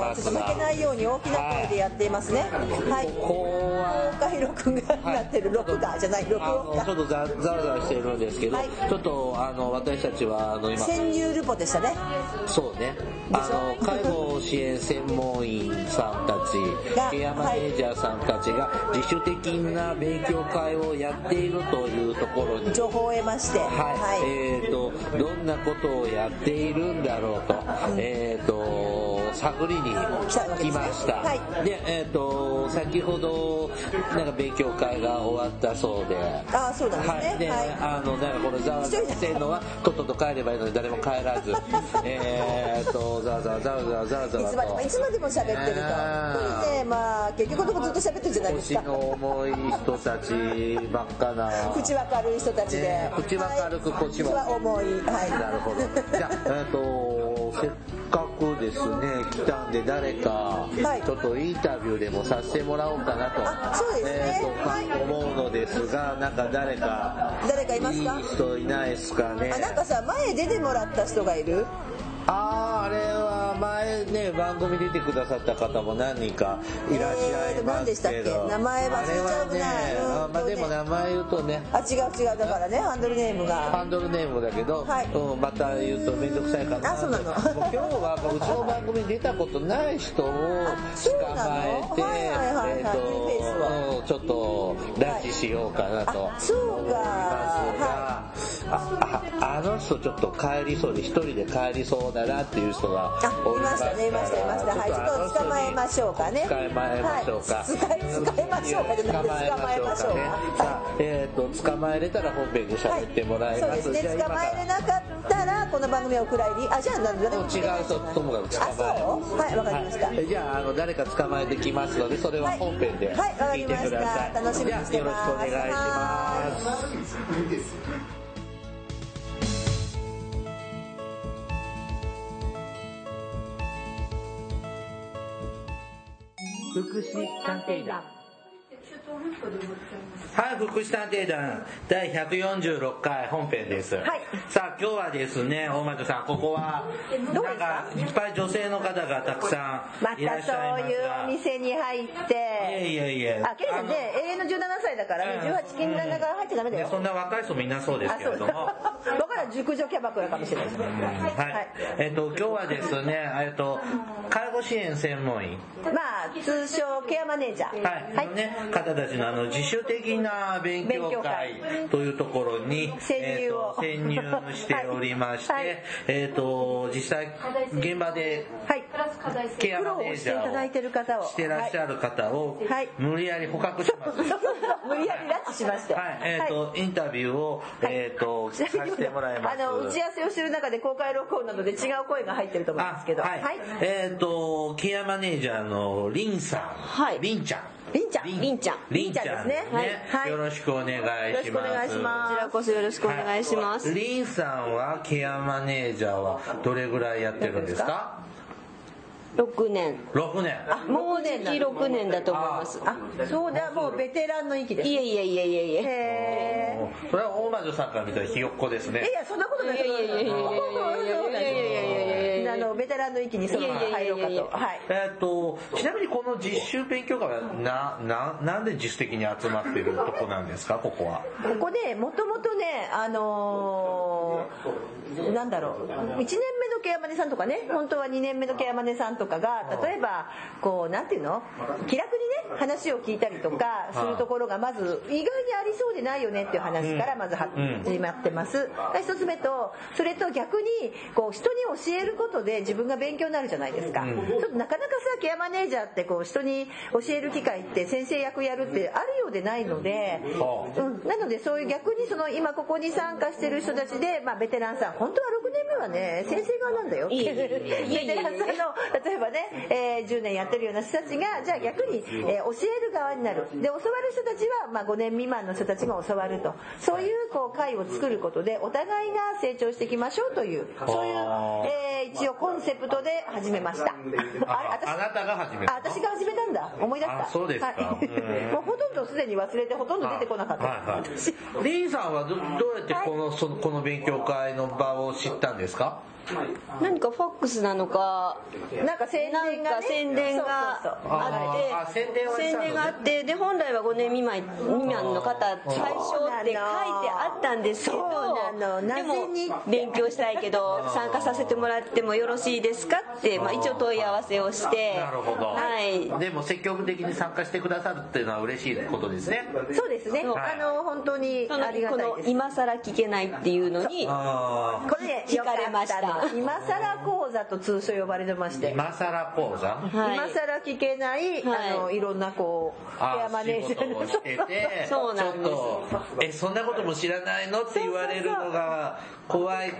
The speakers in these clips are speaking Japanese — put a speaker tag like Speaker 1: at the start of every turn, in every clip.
Speaker 1: ま
Speaker 2: うちょっ
Speaker 1: す
Speaker 2: と
Speaker 1: が
Speaker 2: 負けないように大きな声でやっていますね。はい。
Speaker 1: ここは
Speaker 2: 公開録画になってる録だじゃない録
Speaker 1: あ
Speaker 2: 音
Speaker 1: のちょ
Speaker 2: か。
Speaker 1: っとざざわざわしてるんですけど、
Speaker 2: はい
Speaker 1: ちょっとあの私たちはあの今
Speaker 2: 潜入ルポでしたね。
Speaker 1: そうねあの介護支援専門員さんた
Speaker 2: が
Speaker 1: ちケアマネージャーさんたちが自主的な勉強会をやっているというところに
Speaker 2: 情報を得まして、
Speaker 1: はい、えっ、とどんなことをやっているんだろうと、えっ、と探りに来ました。
Speaker 2: はい
Speaker 1: で、えっ、と先ほどなんか勉強会が終わったそうで。
Speaker 2: ああ、そうなんですね。
Speaker 1: はい、で、
Speaker 2: はい。
Speaker 1: あの、なんか、これ、ざわざわしてるのは、とっとと帰ればいいので、誰も帰ら ず。えっと、ざわざわざわざわざわざ
Speaker 2: い
Speaker 1: わ
Speaker 2: つまでもい
Speaker 1: と。
Speaker 2: つまでも喋ってる
Speaker 1: ね
Speaker 2: と。本当にね、まあ結局のとこずっと喋ってるじゃないです
Speaker 1: 腰
Speaker 2: か。
Speaker 1: の重い人たちばっかな。
Speaker 2: 口は軽い人たちで
Speaker 1: ね。口は軽く
Speaker 2: はい
Speaker 1: 腰も
Speaker 2: 口は重い。はい。
Speaker 1: なるほど。じゃあ、えっ、と、せっかくですね、来たんで、誰か
Speaker 2: はい、
Speaker 1: ちょっとインタビューでもさせてもらおうかなと、
Speaker 2: あそうですね
Speaker 1: えーと
Speaker 2: はい
Speaker 1: 思うのですが、なんか誰か、
Speaker 2: 誰かいますか
Speaker 1: いい人いないですかね
Speaker 2: あ、。なんかさ前出てもらった人がいる。
Speaker 1: あー、あれは前ね、番組出てくださった方も何人かいらっしゃいますけ
Speaker 2: えーと何でしたっ
Speaker 1: ど。
Speaker 2: け名前忘れちゃうぐらい
Speaker 1: あれはね、
Speaker 2: うん
Speaker 1: あまあでも名前言うとね、
Speaker 2: あ、違う違うだからねハンドルネームが。
Speaker 1: ハンドルネームだけど、
Speaker 2: はい
Speaker 1: うん、また言うと面倒くさいかな
Speaker 2: あそうなの
Speaker 1: もう今日はもううちの番組に出たことない人を捕ま
Speaker 2: そうなの
Speaker 1: えて
Speaker 2: はいはいはいはい
Speaker 1: えー
Speaker 2: ニューフェイス
Speaker 1: とうんちょっと拉致しようかなと思い
Speaker 2: あ
Speaker 1: ます
Speaker 2: そうか
Speaker 1: が、あああの人ちょっと帰りそうで一人で帰りそうだなっていう人が
Speaker 2: あ、
Speaker 1: お
Speaker 2: いましたね、いました、いました。はい、ちょっと捕まえましょうかね。
Speaker 1: 捕まえましょうか、
Speaker 2: はい、捕まえましょうかじゃなくて、捕まえましょう
Speaker 1: ねさ
Speaker 2: か。
Speaker 1: あ、えっ、と、捕まえれたら本編で
Speaker 2: はい
Speaker 1: 喋ってもらいます。
Speaker 2: そうですね、捕まえれなかったら、この番組はお蔵入り。あ、じゃあ、なんだ
Speaker 1: もう違う人ともかく捕まえ
Speaker 2: あ、そうはい、わかりました。
Speaker 1: はいじゃあ、あの、誰か捕まえてきますので、それは本編で
Speaker 2: はいはいわか
Speaker 1: 聞
Speaker 2: り
Speaker 1: いて
Speaker 2: ました
Speaker 1: ください。
Speaker 2: 楽しみにしてます
Speaker 1: じゃあよろしくお願いします。福祉探偵団はい福祉探偵団第146回本編です、
Speaker 2: はい
Speaker 1: さあ今日はですね大魔女さんここは
Speaker 2: どこ
Speaker 1: なんかいっぱい女性の方がたくさ
Speaker 2: ま
Speaker 1: んいら
Speaker 2: た
Speaker 1: っしゃい
Speaker 2: そう
Speaker 1: ま
Speaker 2: い
Speaker 1: す
Speaker 2: うお
Speaker 1: が
Speaker 2: 店に入っ
Speaker 1: いやい
Speaker 2: て。
Speaker 1: やいや
Speaker 2: あ、ケイさんね、永遠の17歳だからね、18禁な中入っちゃダ
Speaker 1: あの
Speaker 2: メだ
Speaker 1: ねそ
Speaker 2: よ。
Speaker 1: んな若い人みんなそうです
Speaker 2: あ、
Speaker 1: け
Speaker 2: そ
Speaker 1: れ
Speaker 2: うだ。
Speaker 1: ど
Speaker 2: だ
Speaker 1: も
Speaker 2: から 熟女キャバクラかもしれない。
Speaker 1: はい、えっと今日はですね えっと介護支援専門員
Speaker 2: まあ、通称ケアマネージャー。
Speaker 1: はい、のね、方たちのあの自主的な勉強会というところに
Speaker 2: 潜入を
Speaker 1: えーと潜入しておりまして、
Speaker 2: はい
Speaker 1: えっ、と実際現場で
Speaker 2: はい。
Speaker 1: ケア
Speaker 2: 苦
Speaker 1: マ
Speaker 2: 労
Speaker 1: ネ
Speaker 2: を
Speaker 1: ー
Speaker 2: し
Speaker 1: ジ
Speaker 2: てい
Speaker 1: ャ
Speaker 2: ただいて
Speaker 1: ー
Speaker 2: る方を。
Speaker 1: をしてらっしゃる方を
Speaker 2: はい
Speaker 1: 無理やり捕獲します。はい
Speaker 2: 無理やり拉致しまして。
Speaker 1: えっ、と、インタビューを、えっ、と、さ
Speaker 2: ちなみ
Speaker 1: せ
Speaker 2: に
Speaker 1: てもらいます。
Speaker 2: あの打ち合わせをしてる中で公開録音なので違う声が入ってると思うんですけど。
Speaker 1: はい。えっ、と、ケアマネージャーのリンさん。
Speaker 2: はい
Speaker 1: リンちゃん。
Speaker 2: りんちゃんりんちゃん
Speaker 1: りんちゃんです
Speaker 2: りんちゃんです
Speaker 1: ね
Speaker 2: ね。はい
Speaker 1: よろしくお願いします。
Speaker 2: こちらこそよろしくお願いします。
Speaker 1: はいリンさんはケアマネージャーはどれぐらいやってるんですか
Speaker 3: 6年
Speaker 1: 6年
Speaker 3: もうじき6年だと思います
Speaker 2: あ、そうだ、もうベテランの域です。
Speaker 3: いえいえいえいえいえ
Speaker 2: へー
Speaker 1: それは大魔女さんから見たらひよっこです
Speaker 2: いやい
Speaker 1: ね
Speaker 2: や、そんなことない。
Speaker 3: いやいやいやいやいやいやいやいやいや
Speaker 2: あのベテランの域にそのまま入ろうか
Speaker 3: いやいやいやい
Speaker 2: と。
Speaker 3: や
Speaker 2: はい。
Speaker 1: えっとちなみにこの実習勉強会はなななんで自主的に集まってるとこなんですかここは
Speaker 2: ここでもともとね、あのーなんだろう、1年目のケアマネさんとかね、本当は2年目のケアマネさんとかが、例えば、こう、なんていうの、気楽にね、話を聞いたりとかするところが、まず、意外にありそうでないよねっていう話から、まず始まってます。1つ目と、それと逆に、こう、人に教えることで自分が勉強になるじゃないですか。ちょっとなかなかさ、ケアマネージャーって、こう、人に教える機会って、先生役やるってあるようでないので、
Speaker 1: はあ
Speaker 2: うん、なのでそういう逆にその今ここに参加してる人たちで、まあ、ベテランさん本当は6年目はね先生側なんだよ
Speaker 3: いえいえい
Speaker 2: ベテ
Speaker 3: え
Speaker 2: ランさんの例えばね、えー10年やってるような人たちがじゃあ逆に、えー教える側になるで教わる人たちは、まあ、5年未満の人たちが教わるとそういうこう会を作ることでお互いが成長していきましょうというそういう、
Speaker 1: あー
Speaker 2: えー一応コンセプトで始めましたあれ
Speaker 1: あ
Speaker 2: 私
Speaker 1: あなたが始め
Speaker 2: あ
Speaker 1: た
Speaker 2: 私が始めたんだ思い出した
Speaker 1: あそうですか
Speaker 2: はい
Speaker 1: へー
Speaker 2: もうほとんどすでに忘れてほとんど出てこなかった、
Speaker 1: はい
Speaker 2: 私
Speaker 1: はい、リンさんはどどうやってこのそのこの勉強会の場を知ったんですか
Speaker 3: 何かファックスなのか
Speaker 2: なんか宣伝が、ね、
Speaker 3: なんか宣伝が
Speaker 2: そうそうそう
Speaker 3: あ
Speaker 1: あ
Speaker 3: っ
Speaker 1: ー
Speaker 3: て
Speaker 1: 宣伝はしたのね
Speaker 3: 宣伝があってで本来は5年未満未満の方対象って書いてあったんですけど
Speaker 2: そうなのな
Speaker 3: で
Speaker 2: ぜに
Speaker 3: も勉強したいけど参加させてもらってもよろしいですかって、まあ、一応問い合わせをして
Speaker 1: なるほど、
Speaker 3: はい、
Speaker 1: でも積極的に参加してくださるっていうのは嬉しいことですね
Speaker 2: そうですね、
Speaker 1: はい
Speaker 2: あの本当に
Speaker 3: その
Speaker 2: ありが
Speaker 3: こ
Speaker 2: たい
Speaker 3: の
Speaker 2: です
Speaker 3: 今更聞けないっていうのに
Speaker 1: あ
Speaker 2: これね
Speaker 3: 聞かれました
Speaker 2: よかったの今更講座と通称呼ばれてまし
Speaker 1: あ
Speaker 2: て、
Speaker 1: 今更講座
Speaker 3: はい
Speaker 2: 今更聞けない、
Speaker 3: はい
Speaker 2: あのいろんなこうケ
Speaker 1: あ
Speaker 2: アマネージャーの
Speaker 1: 仕事をしてて
Speaker 3: そうなんです
Speaker 1: ちょっとえそんなことも知らないのって言われるのが怖い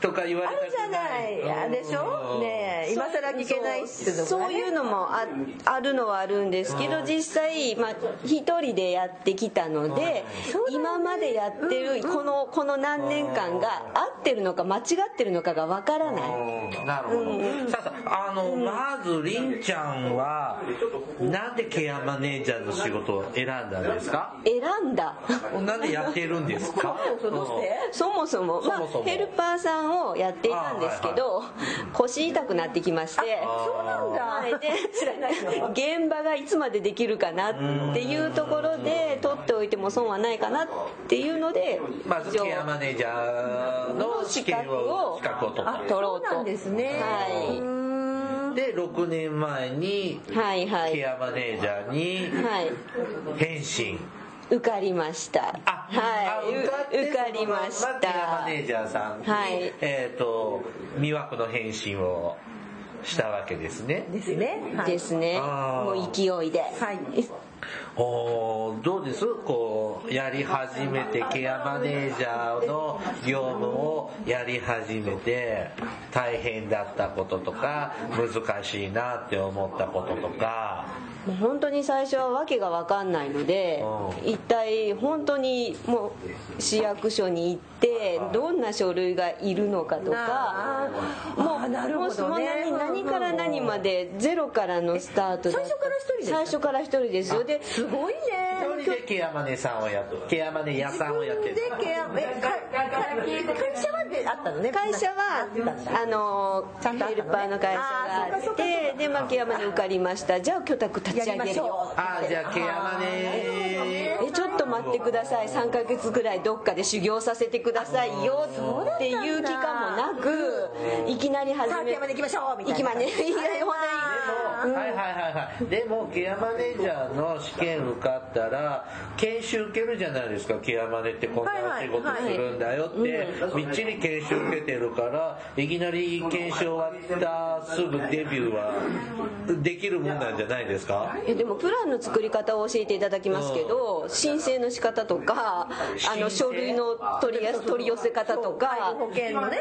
Speaker 1: とか言わ
Speaker 2: あ
Speaker 1: れた
Speaker 2: るじゃ
Speaker 1: くな
Speaker 2: ないいあでしょねえ今更聞けないっていうのがね
Speaker 3: そういうのもああるのはあるんですけど実際、まあ、一人でやってきたので今までやってるこのこの何年間が合ってるのか間違ってるのかがわからない
Speaker 1: なるほど、さあさああの、まずりんちゃんはなんでケアマネージャーの仕事を選んだんですか
Speaker 3: 選んだ
Speaker 1: なんでやってるんですか
Speaker 2: そうそうどうして
Speaker 3: そもそもまあ
Speaker 1: そもそも
Speaker 3: ヘルパーさんをやっていたんですけど、腰痛くなってきまして
Speaker 2: そうなんだ、
Speaker 3: はいで
Speaker 2: 知らないの
Speaker 3: 現場がいつまでできるかなっていうところで取っておいても損はないかなっていうので
Speaker 1: まずケアマネージャーの試験を資格を取った
Speaker 3: あ取ろうと
Speaker 2: そうなんですね、
Speaker 3: はい
Speaker 2: うん
Speaker 1: で6年前に
Speaker 3: はいは
Speaker 1: ケ
Speaker 3: い
Speaker 1: アマネージャーに
Speaker 3: はい
Speaker 1: 変身
Speaker 3: 受かりました
Speaker 1: あ、
Speaker 3: はい
Speaker 1: あ
Speaker 3: う受かりまし
Speaker 1: そのケアマ
Speaker 3: た
Speaker 1: ネージャーさんに、
Speaker 3: はい
Speaker 1: えっ、と魅惑の変身をしたわけですね
Speaker 2: ですね、はい
Speaker 3: ですね
Speaker 1: あー
Speaker 3: もう勢いで
Speaker 2: はい
Speaker 1: おーどうですこうやり始めてケアマネージャーの業務をやり始めて大変だったこととか難しいなって思ったこととか
Speaker 3: もう本当に最初は訳が分かんないので
Speaker 1: う
Speaker 3: 一体本当にもう市役所に行ってどんな書類がいるのかとか
Speaker 2: あーあーなるほどね
Speaker 3: もうもう何何から何までゼロからのスタートで
Speaker 2: 最初から一人ですか
Speaker 3: 最初から一人ですよです
Speaker 2: ごいね
Speaker 1: 一人でケアマネさんをやってケアマネ屋さんをやって
Speaker 2: で
Speaker 1: る
Speaker 2: ケアえかか会社まであったのね
Speaker 3: 会社はあの
Speaker 2: ちゃんとあ
Speaker 3: ヘ
Speaker 2: ったのね
Speaker 3: ルパーの会社が
Speaker 2: あー
Speaker 3: あ
Speaker 2: そっかそっかそ
Speaker 3: っ
Speaker 2: って
Speaker 3: で牧山に受かりましたじゃあ居宅立
Speaker 2: や
Speaker 3: ち上
Speaker 2: りま
Speaker 3: げる
Speaker 2: しょう
Speaker 3: よ
Speaker 1: あーじゃあケアマネ
Speaker 3: えちょっと待ってください3ヶ月ぐらいどっかで修行させてくださいよっていう期間もなくいきなり始
Speaker 2: さあ
Speaker 3: め
Speaker 2: ケアまで行きましょうみたいな
Speaker 3: 行きまねいや本
Speaker 1: はいはいはいはいでもケアマネージャーの試験受かったら研修受けるじゃないですかケアマネってこんな仕事するんだよってみっちり研修受けてるからいきなり研修終わったすぐデビューはできるもんなんじゃないですか
Speaker 3: 当にえでもプランの作り方を教えていただきますけど申請の仕方とかあの書類の取りや取り寄せ方とか
Speaker 2: 介護保険のね例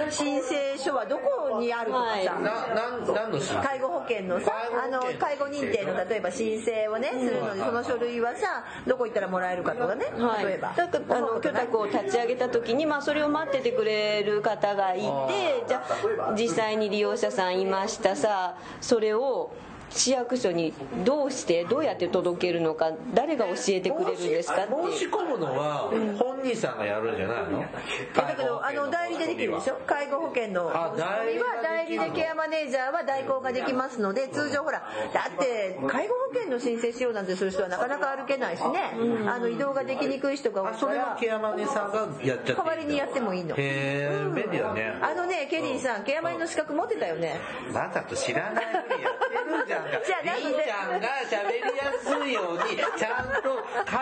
Speaker 2: えば申請書はどこにあるとか
Speaker 3: はい
Speaker 1: な
Speaker 2: さ
Speaker 1: なんなんの仕事
Speaker 2: 介護保険のさあ
Speaker 1: 介護
Speaker 2: の
Speaker 1: 保険
Speaker 2: 介護認定の例えば申請をねするのにその書類はさどこ行ったらもらえるかとかね
Speaker 3: はい、
Speaker 2: 例えば
Speaker 3: だからあの居宅を立ち上げた時に、まあ、それを待っててくれる方がいてじゃあ実際に利用者さんいましたさそれを市役所にどうしてどうやって届けるのか誰が教えてくれるんですかって
Speaker 1: 申し込むのは本人さんがやるんじゃないの
Speaker 2: だけどあの代理でできるでしょ介護保険の
Speaker 1: あ代理
Speaker 2: は
Speaker 1: が
Speaker 2: 代
Speaker 1: でき
Speaker 2: 理
Speaker 1: る
Speaker 2: でケアマネージャーは代行ができますので通常ほらだって介護保険の申請しようなんてする人はなかなか歩けないしねあの移動ができにくい人が多い
Speaker 1: あそ
Speaker 2: か
Speaker 1: れは
Speaker 2: ら
Speaker 1: ケアマネさんがやっちゃっていいんだ
Speaker 2: 代わりにやってもいい
Speaker 1: へ
Speaker 2: の
Speaker 1: え便利だね
Speaker 2: あのねケリーさんケアマネの資格持ってたよね
Speaker 1: わざと知らないふりやってるじゃんか
Speaker 2: じゃあなん
Speaker 1: り
Speaker 2: で
Speaker 1: んちゃんが喋りやすいようにちゃんと考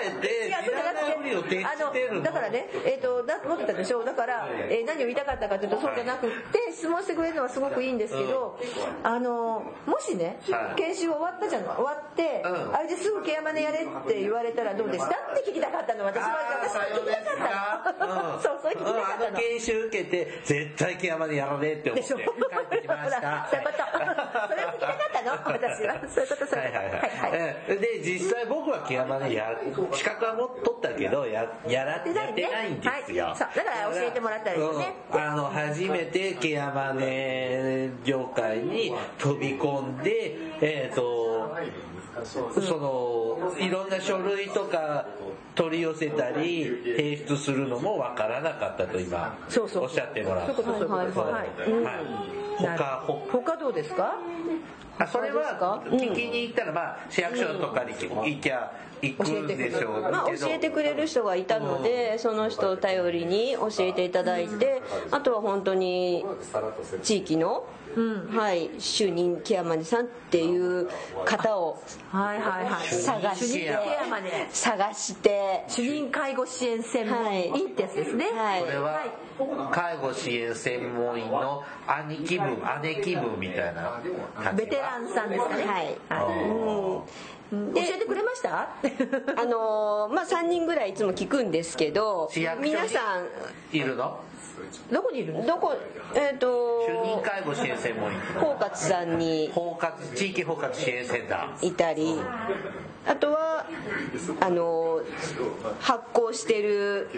Speaker 1: えて
Speaker 2: 違う
Speaker 1: 知らないふ
Speaker 4: 何を徹してるの
Speaker 2: だからね、えっ、と、だ持ってたでしょだから、えー何を言いたかったかというと、そうじゃなくって、質問してくれるのはすごくいいんですけど、あの、もしね
Speaker 4: は、い
Speaker 2: 研修終わったじゃん、終わって、
Speaker 4: うん
Speaker 2: あれですぐケアマネやれって言われたらどうでしたって聞きたかったの、私は、私は聞きたかったの。そう、そう聞きたかったの
Speaker 4: あの。研修受けて絶対ケアまでやらねえって思
Speaker 2: で
Speaker 4: っ
Speaker 2: し
Speaker 4: て帰
Speaker 2: ょ
Speaker 4: ってきまし
Speaker 2: ほら
Speaker 4: た
Speaker 2: そういうこと。それを聞きたかったの私は。そういうこと、そう
Speaker 4: はいいう
Speaker 2: こと。はい
Speaker 4: は
Speaker 2: いは
Speaker 4: はい、
Speaker 2: い。
Speaker 4: ええで実際僕はケアマネや資格はも取ったけどややら
Speaker 2: でな
Speaker 4: や
Speaker 2: い
Speaker 4: っ
Speaker 2: ね
Speaker 4: てないんですよ、
Speaker 2: はいそうだから教えてもらったんですよね
Speaker 4: うんあの初めてケアマネ業界に飛び込んでえっ、とそのいろんな書類とか取り寄せたり提出するのもわからなかったと今
Speaker 2: そうそう
Speaker 4: おっしゃってもら
Speaker 2: そういうこと、そういうことです。
Speaker 4: はい
Speaker 2: はい。
Speaker 4: はい他ほ
Speaker 2: 他どうですか
Speaker 4: あそれは
Speaker 3: そうですか
Speaker 4: 聞きに行ったら、まあ、市役所とかに行きゃ行くんでしょうけど、
Speaker 3: まあ、教えてくれる人がいたのでその人を頼りに教えていただいてあとは本当に地域の、はい、主任ケアマネさんっていう方を
Speaker 2: はいはいはい。
Speaker 3: 探し
Speaker 2: 主任
Speaker 3: て
Speaker 2: ケアマネ。
Speaker 3: 探して、
Speaker 2: 主任介護支援専門員ってやつですね。
Speaker 3: はい
Speaker 4: これは介護支援専門員の兄貴分姉貴分みたいな感じ
Speaker 2: ベテランさんですかね。
Speaker 3: はい
Speaker 2: うん教えてくれました
Speaker 3: あのーまあ、3人ぐらいいつも聞くんですけど
Speaker 4: 市役所に
Speaker 3: 皆さん
Speaker 4: いるの
Speaker 2: どこにいるの
Speaker 3: どこえっ、
Speaker 4: 主任
Speaker 3: と
Speaker 4: 介護支援専門員
Speaker 3: 包括さんに
Speaker 4: 包括地域包括支援センター
Speaker 3: いたりあとはあの発行してる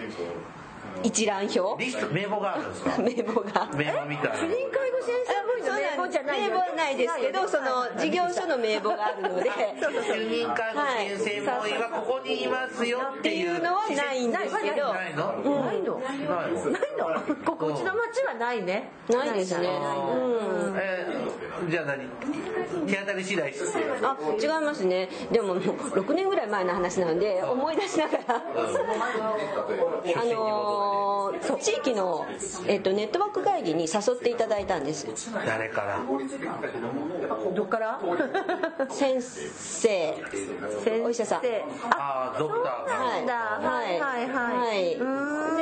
Speaker 3: 一覧表
Speaker 4: リスト名簿があるんですか
Speaker 3: 名簿が。
Speaker 4: 名簿みたいな
Speaker 2: 主任介護支援専門員の名簿じゃない
Speaker 3: 名
Speaker 2: よ
Speaker 3: 簿はないですけど、その事業所の名簿がある ので、
Speaker 4: 主任介護支援専門員はここにいますよ
Speaker 3: っ
Speaker 4: っ
Speaker 3: てて
Speaker 4: い
Speaker 3: いううのはないんですけど、
Speaker 4: ないの、
Speaker 2: ないの
Speaker 4: ないの
Speaker 2: ないのここうちの町はないね。
Speaker 3: ないですね。うん
Speaker 4: えーじゃあ何手当たり次第です
Speaker 3: あ違いますねでももう6年ぐらい前の話なので思い出しながらあのー地域の、えっと、ネットワーク会議に誘っていただいたんです
Speaker 4: 誰から
Speaker 2: どっから
Speaker 3: 先生お医者さん
Speaker 4: ああドクターが
Speaker 3: はい
Speaker 2: はいはいは
Speaker 3: はい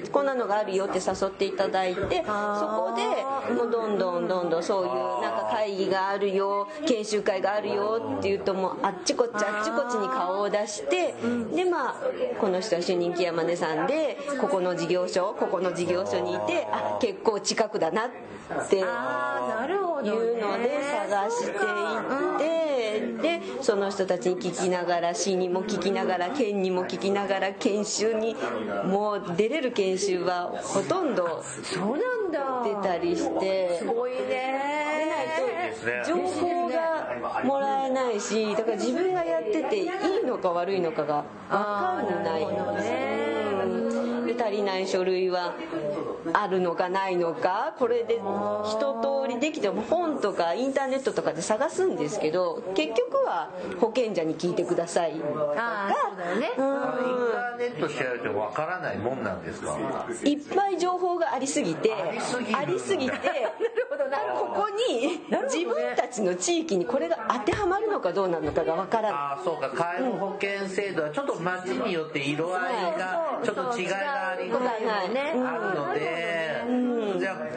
Speaker 3: でこんなのがあるよって誘っていただいてそこでもうどんどんどんどんそういうなんか会議があるよ研修会があるよっていうともうあっちこっちあっちこっちに顔を出してでまあこの人は主任木山根さんでここの事業所ここの事業所にいてあ結構近くだなっていう
Speaker 2: ああ、なるほど、ね。
Speaker 3: ので探していってでその人たちに聞きながら市にも聞きながら県にも聞きながら研修にもう出れる研修はほとんど
Speaker 2: そうなんだ。
Speaker 3: 出たりして
Speaker 2: すごいね。
Speaker 4: ですね
Speaker 3: 情報がもらえないしだから自分がやってていいのか悪いのかが分かんないんですうんで足りない書類はあるのかないのかこれで一通りできても本とかインターネットとかで探すんですけど結局は保険者に聞いてください
Speaker 2: ああ、そうだよね。
Speaker 4: インターネット調べてわからないもんなんですか
Speaker 3: いっぱい情報がありすぎて
Speaker 4: ありすぎる
Speaker 3: ありすぎて
Speaker 2: ほどなるほど
Speaker 3: ここに自分たちの地域にこれが当てはまるのかどうなのかが分からない
Speaker 4: ああそうか介護保険制度はちょっと町によって色合いがちょっと違いがあります
Speaker 3: はいはい
Speaker 2: ね
Speaker 4: あるので、じゃあ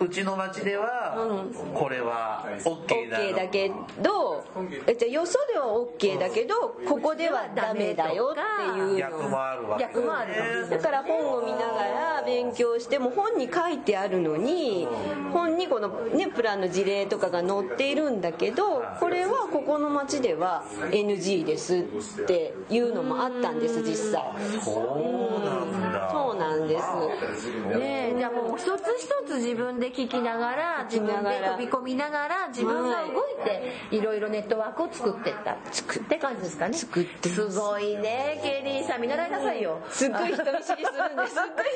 Speaker 4: うちの町ではこれは OK なの
Speaker 3: OK だけどえじゃあよそでは OK だけどここではダメだよっていう
Speaker 4: 逆も
Speaker 3: の
Speaker 4: あるわけです
Speaker 2: 逆
Speaker 4: ね
Speaker 2: もあるかもしれ
Speaker 3: だ
Speaker 2: ない。
Speaker 3: から本を見ながら勉強しても本に書いてあるのに本にこの、ね、プランの事例とかが載っているんだけどこれはここの町では NG ですっていうのもあったんです実際
Speaker 4: そうなんだ
Speaker 3: そうなんです
Speaker 2: ねえ、じゃあもう一つ一つ自分で聞きながら、自分で飛び込みながら、自分が動いて、いろいろネットワークを作ってった。作って感じですかね。
Speaker 3: 作ってます
Speaker 2: すごいね、ケリーさん見習いなさいよ。
Speaker 3: すっごい人見知りするんですすっごい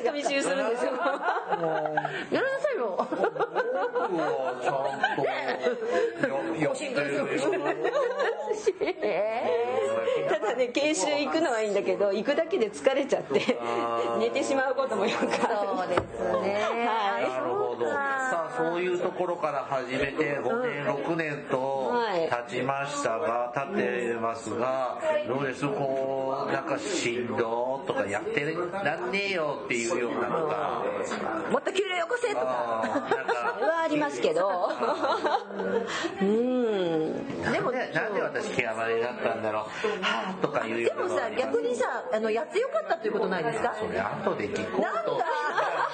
Speaker 3: 人見知りするんですよ
Speaker 2: 見習いなさいよ。
Speaker 4: うわちゃんとよやってるよ
Speaker 2: ええ
Speaker 3: ただまあね研修行くのはいいんだけど行くだけで疲れちゃって寝てしまうこともよく
Speaker 2: そ
Speaker 3: あ
Speaker 2: う
Speaker 3: る
Speaker 2: ですね。
Speaker 3: はい
Speaker 2: あ
Speaker 4: なるほど。さあ、そういうところから始めて5年、6年と
Speaker 3: はい
Speaker 4: 経ちましたが、経ってますが、どうですこう、なんかしんどーとかやってらんねえよっていうようなのが、
Speaker 2: もっと給料よこせと
Speaker 4: あ
Speaker 2: か。
Speaker 4: ーなん
Speaker 3: それはありますけどうん
Speaker 2: で
Speaker 4: か、
Speaker 2: も
Speaker 4: ねなんで私毛玉になったんだろう、はぁとかいう
Speaker 2: で
Speaker 4: ような
Speaker 2: も
Speaker 4: のがあ
Speaker 2: さ
Speaker 4: ります
Speaker 2: 逆にさあのやってよかったということないですか？
Speaker 4: それ後で聞こうと。
Speaker 2: なんだ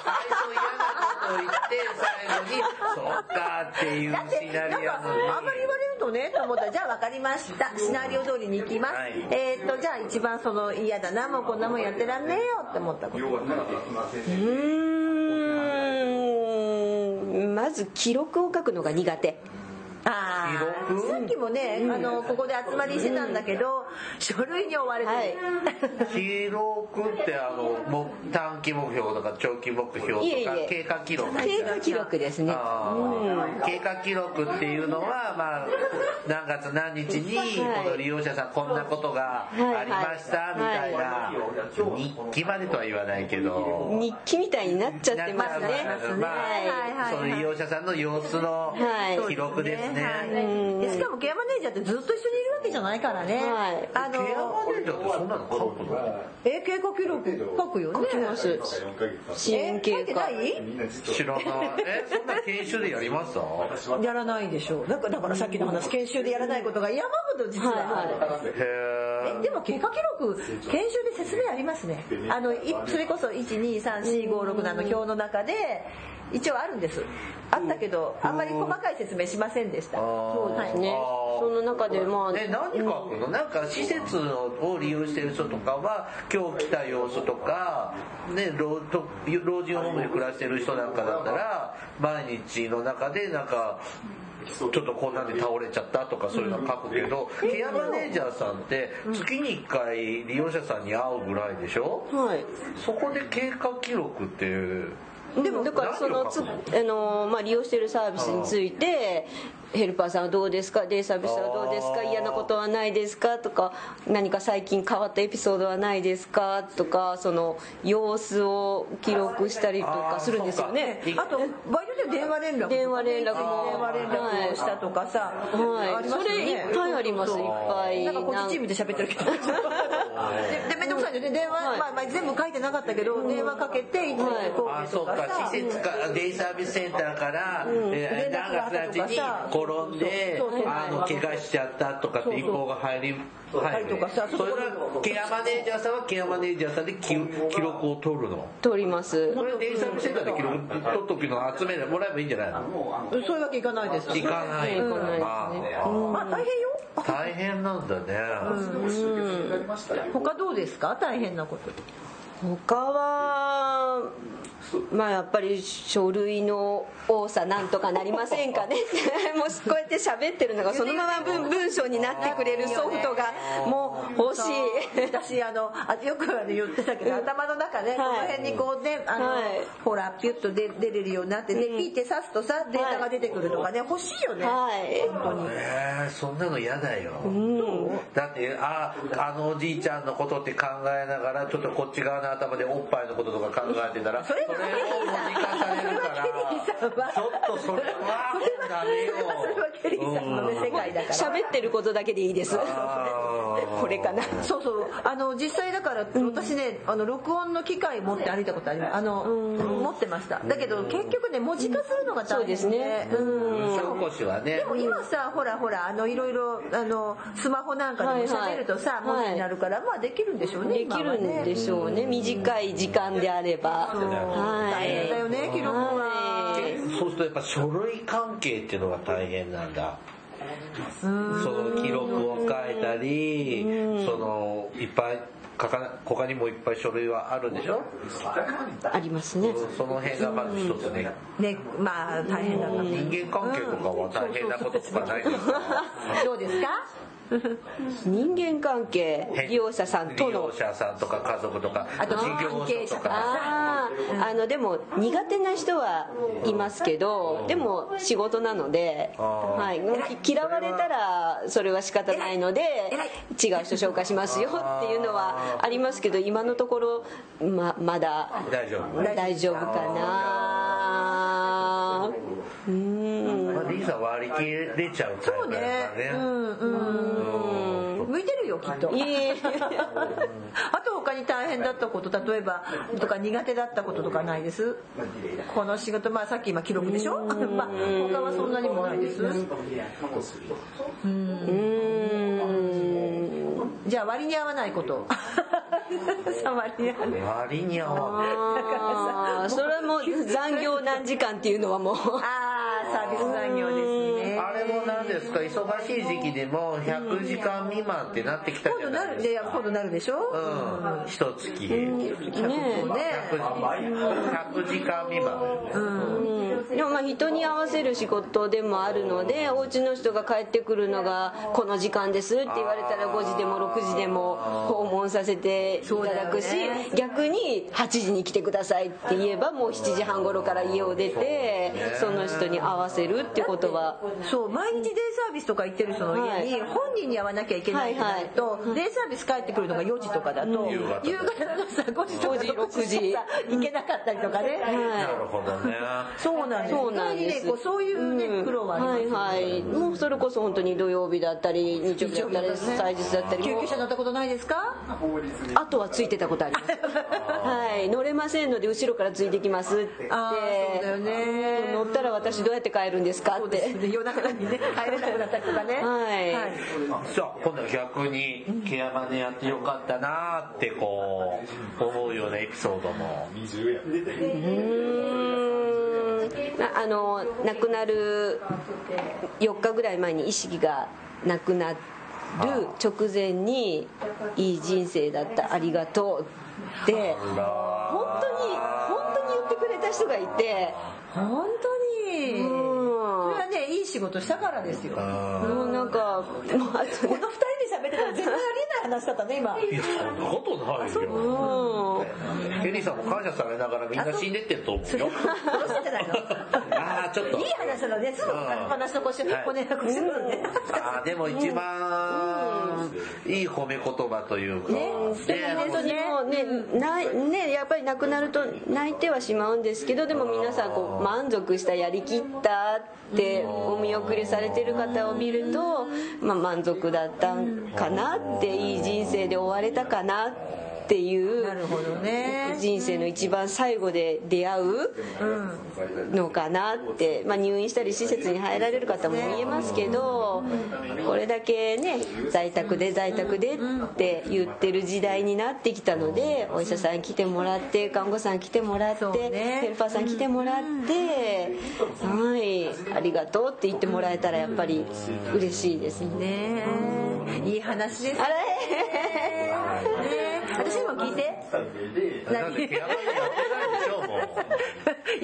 Speaker 4: 最初嫌なこと言って、最後に、そっかっていう
Speaker 2: だって
Speaker 4: シ
Speaker 2: な
Speaker 4: ナ
Speaker 2: んか
Speaker 4: リアのに。
Speaker 2: あんまり言われるとねと思ったらじゃあ分かりましたシナリオ通りに行きます、
Speaker 4: はい
Speaker 2: えーっとじゃあ一番その嫌だなもうこんなもんやってらんねえよって思ったこと
Speaker 3: うーんまず記録を書くのが苦手
Speaker 2: ああ
Speaker 4: 記録
Speaker 2: さっきもね、あのここで集まりしてたんだけど、書類に追われてる、
Speaker 3: はい
Speaker 4: 記録ってあのも短期目標とか長期目標とか
Speaker 3: いえいえ
Speaker 4: 経過記録みたい
Speaker 3: 経
Speaker 4: な
Speaker 3: 過記録ですね
Speaker 4: あー経過記録っていうのは、まあ、何月何日に
Speaker 3: はい
Speaker 4: この利用者さんこんなことがありましたみたいな日記までとは言わないけど。
Speaker 3: 日記みたいになっちゃってますね
Speaker 4: なっちゃうまあ
Speaker 3: はい
Speaker 2: はい
Speaker 4: その利用者さんの様子の
Speaker 3: はい
Speaker 4: 記録ですね。
Speaker 2: はいでしかもケアマネージャーってずっと一緒にいるわけじゃないからね、
Speaker 3: はい
Speaker 2: あ
Speaker 4: ケアマ
Speaker 2: の
Speaker 4: ネージャーってそんなの書くの
Speaker 2: え経過記録書くよね
Speaker 3: 書きます支
Speaker 2: え
Speaker 3: 援
Speaker 2: 書
Speaker 3: 経
Speaker 2: いて
Speaker 3: 過
Speaker 2: ない
Speaker 4: 知らない。え、そんな研修でやりました
Speaker 2: やらないでしょうだからだからさっきの話研修でやらないことが山ほど実は、
Speaker 3: はいはい
Speaker 4: へー
Speaker 2: えでも経過記録研修で説明ありますねあのいそれこそ123456の表の中で一応あるんですあったけどあんまり細かい説明しませんでした
Speaker 3: そ
Speaker 4: そ
Speaker 3: うです
Speaker 2: はい
Speaker 3: ね
Speaker 4: あー
Speaker 3: その中でまあ
Speaker 4: え何書くの、なんか施設を利用してる人とかは今日来た様子とか、ね、老と老人ホームで暮らしてる人なんかだったら毎日の中でなんかちょっとこんなんで倒れちゃったとかそういうの書くけど、ケアマネージャーさんって月に1回利用者さんに会うぐらいでしょ、
Speaker 3: はい
Speaker 4: そこで経過記録って
Speaker 3: でもだからそのつあ
Speaker 4: 何を書く
Speaker 3: の、まあ、利用してるサービスについてヘルパーさんはどうですかデイサービスはどうです
Speaker 4: あ
Speaker 3: か
Speaker 4: ー
Speaker 3: 嫌なことはないですかとか何か最近変わったエピソードはないですかとかその様子を記録したりとかするんですよね
Speaker 4: あーそうか
Speaker 2: あと場合によっては電話連絡
Speaker 3: 電話連絡も
Speaker 2: 電話連絡をしたとかさ、あ
Speaker 3: はい
Speaker 2: りま
Speaker 3: そ
Speaker 2: すよ
Speaker 3: れい
Speaker 2: ね
Speaker 3: っぱいありますいっぱい
Speaker 2: なんかこっちチームで喋ってるけどででめんどくさいんだよね電話、
Speaker 3: はい
Speaker 2: まあまあ、全部書いてなかったけど電話かけていつもこ
Speaker 4: あ
Speaker 2: う
Speaker 4: そ
Speaker 2: と
Speaker 4: うか
Speaker 2: かさ
Speaker 4: 施設かデイサービスセンターから、えー
Speaker 2: 連絡があった
Speaker 4: 何
Speaker 2: とか
Speaker 4: 月
Speaker 2: さ
Speaker 4: 何日に転んで
Speaker 2: そうそうそう
Speaker 4: あの怪我しちゃったとかって一報が入り入る
Speaker 2: 入るとかさ
Speaker 4: それはケアマネージャーさんはケアマネージャーさんで記記録を取るの
Speaker 3: 撮ります
Speaker 4: これデイサービスセンターで記録取っとくの集めてもらえばいいんじゃないの
Speaker 2: そういうわけいかないですよ
Speaker 4: 行かないの
Speaker 3: うん
Speaker 4: か
Speaker 2: まあ大変よ
Speaker 4: 大変なんだね、
Speaker 2: 他どうですか大変なこと
Speaker 3: 他はまあやっぱり書類の多さなんとかなりませんかね もしこうやって喋ってるのがそのまま文文章になってくれるソフトがもう欲しい
Speaker 2: 私あのあよくあの言ってたけど頭の中でこの辺にこうねあの
Speaker 3: はい
Speaker 2: ほらピュッと出出れるようになってでピーって刺すとさデータが出てくるとかね欲しいよね
Speaker 3: はい
Speaker 2: 本当に
Speaker 4: えーそんなの嫌だよ、だってああのおじいちゃんのことって考えながらちょっとこっち側の頭でおっぱいのこととか考えてたらそれをもう時間されるから
Speaker 2: それはケリーさんは
Speaker 4: ちょっとそれはダメよ
Speaker 2: それはケリーさんのね世界だから
Speaker 3: 喋ってることだけでいいです
Speaker 4: あー
Speaker 3: これかな
Speaker 2: そうそうあの実際だから私ねあの録音の機械持って歩いたことありますあの持ってましただけど結局ね文字化するのが
Speaker 3: そう
Speaker 2: 大
Speaker 3: です
Speaker 2: 変
Speaker 3: ね
Speaker 2: で
Speaker 4: 文章越しはね
Speaker 2: でも今さほらほらあのいろいろあのスマホなんかでも喋るとさ
Speaker 3: はいはい
Speaker 2: 文字になるからまあできるんでしょうね
Speaker 3: で
Speaker 2: 今
Speaker 3: き
Speaker 2: は
Speaker 3: るんで
Speaker 2: ね
Speaker 3: しょうね短い時間であれば
Speaker 2: 大変だよ
Speaker 3: は
Speaker 2: ね記録は
Speaker 3: はい
Speaker 4: そうするとやっぱ書類関係っていうのが大変なんだその記録を書いたりそのいっぱい書かな他にもいっぱい書類はあるんでしょ
Speaker 3: いありますね
Speaker 4: その辺がまず一つね
Speaker 2: ねまあ大変だな
Speaker 4: 人間関係とかは大変なこととかないですか
Speaker 2: どうですか
Speaker 3: 人間関係利用者さんと
Speaker 4: 利
Speaker 3: の
Speaker 4: 用者さんとか家族とか
Speaker 2: あと
Speaker 4: 事業
Speaker 2: 関係者と
Speaker 4: 所と
Speaker 2: か
Speaker 4: か
Speaker 3: あああのでも苦手な人はいますけどでも仕事なので、
Speaker 4: あー
Speaker 3: はい、嫌われたらそれは仕方ないので違う人紹介しますよっていうのはありますけど今のところままだ
Speaker 4: 大丈夫
Speaker 3: 大丈夫かなうん
Speaker 4: まあ、リーさん割り切れちゃうタイプだからね
Speaker 2: う。んうん向いてるよきっと
Speaker 3: いえいえ
Speaker 2: あと他に大変だったこと例えばとか苦手だったこととかないですこの仕事まあさっき今記録でしょ まあ他はそんなにもないです
Speaker 3: うん
Speaker 2: じゃあ割に合わないこと さ割に合わない
Speaker 4: 割に合わない。
Speaker 3: あーそれはもう残業何時間っていうのは もう
Speaker 2: ああサービス残業ですね
Speaker 4: あれも何ですか忙しい時期でも100時間未満ってなってきた
Speaker 2: 今
Speaker 4: じゃ
Speaker 2: 度
Speaker 4: な
Speaker 2: ないる
Speaker 4: で
Speaker 2: いや
Speaker 4: す
Speaker 2: いや
Speaker 4: か
Speaker 2: 今度なるでしょ
Speaker 4: うん一月100
Speaker 3: ね
Speaker 2: ね
Speaker 4: 時間未満
Speaker 3: うんでもまあ人に合わせる仕事でもあるのでお家の人が帰ってくるのがこの時間ですって言われたら5時でも6時でも訪問させていただくし
Speaker 2: そうだよね
Speaker 3: 逆に8時に来てくださいって言えばもう7時半頃から家を出てその人に合わせるってことは
Speaker 2: そう毎日デイサービスとか行ってる人の家に
Speaker 3: は
Speaker 2: 本人に会わなきゃいけないってなると、デイサービス帰ってくるのが4時とかだと、夕方
Speaker 4: 方
Speaker 2: のさ5時とか
Speaker 3: 5時6時
Speaker 2: さ行けなかったりとかね、
Speaker 4: な
Speaker 3: は
Speaker 4: るほどね
Speaker 2: そうなんです
Speaker 3: そうなんです
Speaker 2: 意外にねこうそういうね、
Speaker 3: い
Speaker 2: 苦労はあります、
Speaker 3: はいはいもうそれこそ本当に土曜日だったり日曜日だったり祭日だったり
Speaker 2: 救急車乗ったことないですか
Speaker 3: あとはついてたことあります。はい、乗れませんので後ろからついてきますって。
Speaker 2: あーそうだよね
Speaker 3: 乗ったら私どうやって帰るんですか
Speaker 2: そう
Speaker 3: っ
Speaker 2: です
Speaker 3: て。
Speaker 2: ね夜中にね帰れなくなったりとかね
Speaker 3: はい
Speaker 4: さあ今度は逆にケアマネやってよかったなーってこう思うようなエピソードも
Speaker 3: なあの亡くなる4日ぐらい前に意識がなくなる直前に「いい人生だったありがとう」って本当に本当に言ってくれた人がいて
Speaker 2: 本当に、
Speaker 3: うん
Speaker 2: それはねいい仕事したからですよ、
Speaker 3: もうなんかもうあと
Speaker 2: この二人で喋ってたら絶対ありえない話だったね今
Speaker 4: いやそんなことないよ
Speaker 3: うん
Speaker 4: エリーさんも感謝されながらみんな死んでってると思うよ
Speaker 2: 殺したんじゃない の
Speaker 4: ああちょっと
Speaker 2: いい話だね、すぐ話の腰を
Speaker 4: はい
Speaker 2: こねなくするのね。
Speaker 4: あーでも一番いい褒め言葉というか、ね
Speaker 3: でも本当にもうねないねやっぱりなくなると泣いてはしまうんですけどでも皆さんこう満足したやりきったってお見送りされてる方を見ると、まあ、満足だったんかなっていい人生で終われたかなっていう
Speaker 2: なるほどね。
Speaker 3: 人生の一番最後で出会うのかなって、まあ、入院したり施設に入られる方も言えますけどこれだけね在宅で在宅でって言ってる時代になってきたのでお医者さん来てもらって看護師さん来てもらって
Speaker 2: そうね
Speaker 3: ヘルパーさん来てもらってはいありがとうって言ってもらえたらやっぱり嬉しいですね。
Speaker 2: ねえ、いい話です。
Speaker 3: あ
Speaker 2: ね
Speaker 3: れ
Speaker 2: え、私にも聞いて。
Speaker 4: なんでケアマネやってないでしょもう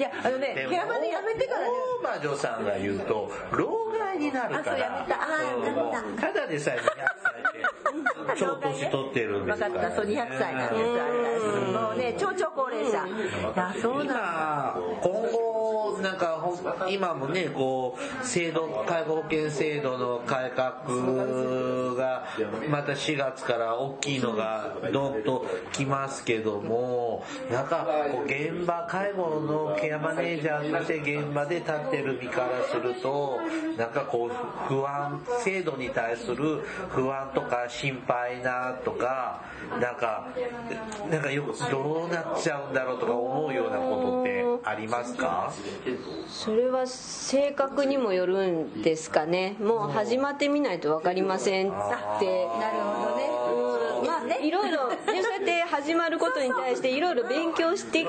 Speaker 2: いや、あのね
Speaker 4: で、も
Speaker 2: ケアマネやめてからね。
Speaker 4: 大魔女さんが言うと老害になるから
Speaker 2: あそうやめたあー
Speaker 4: うん
Speaker 2: やめた
Speaker 4: もうただでさえ200歳で超年取ってるんで
Speaker 2: 分
Speaker 4: す
Speaker 2: か
Speaker 4: か
Speaker 2: った、
Speaker 4: ら
Speaker 2: そう200歳なんです。もうね、超々高齢者。あ、そうなん
Speaker 4: 今今後なんかほん今もねこう制度介護保険制度の改革がまた4月から大きいのがどんときますけどもなんかこう現場介護のケアマネージャーとして現場で立ってる身からするとなんかこう不安制度に対する不安とか心配なとかなんかなんかよくどうなっちゃうんだろうとか思うようなことってありますか
Speaker 3: それは性格にもよるんですかねもう始まってみないと分かりませんって
Speaker 2: なるほどね。
Speaker 3: うんまあいろろいろねそうやって始まることに対していろいろ勉強してきて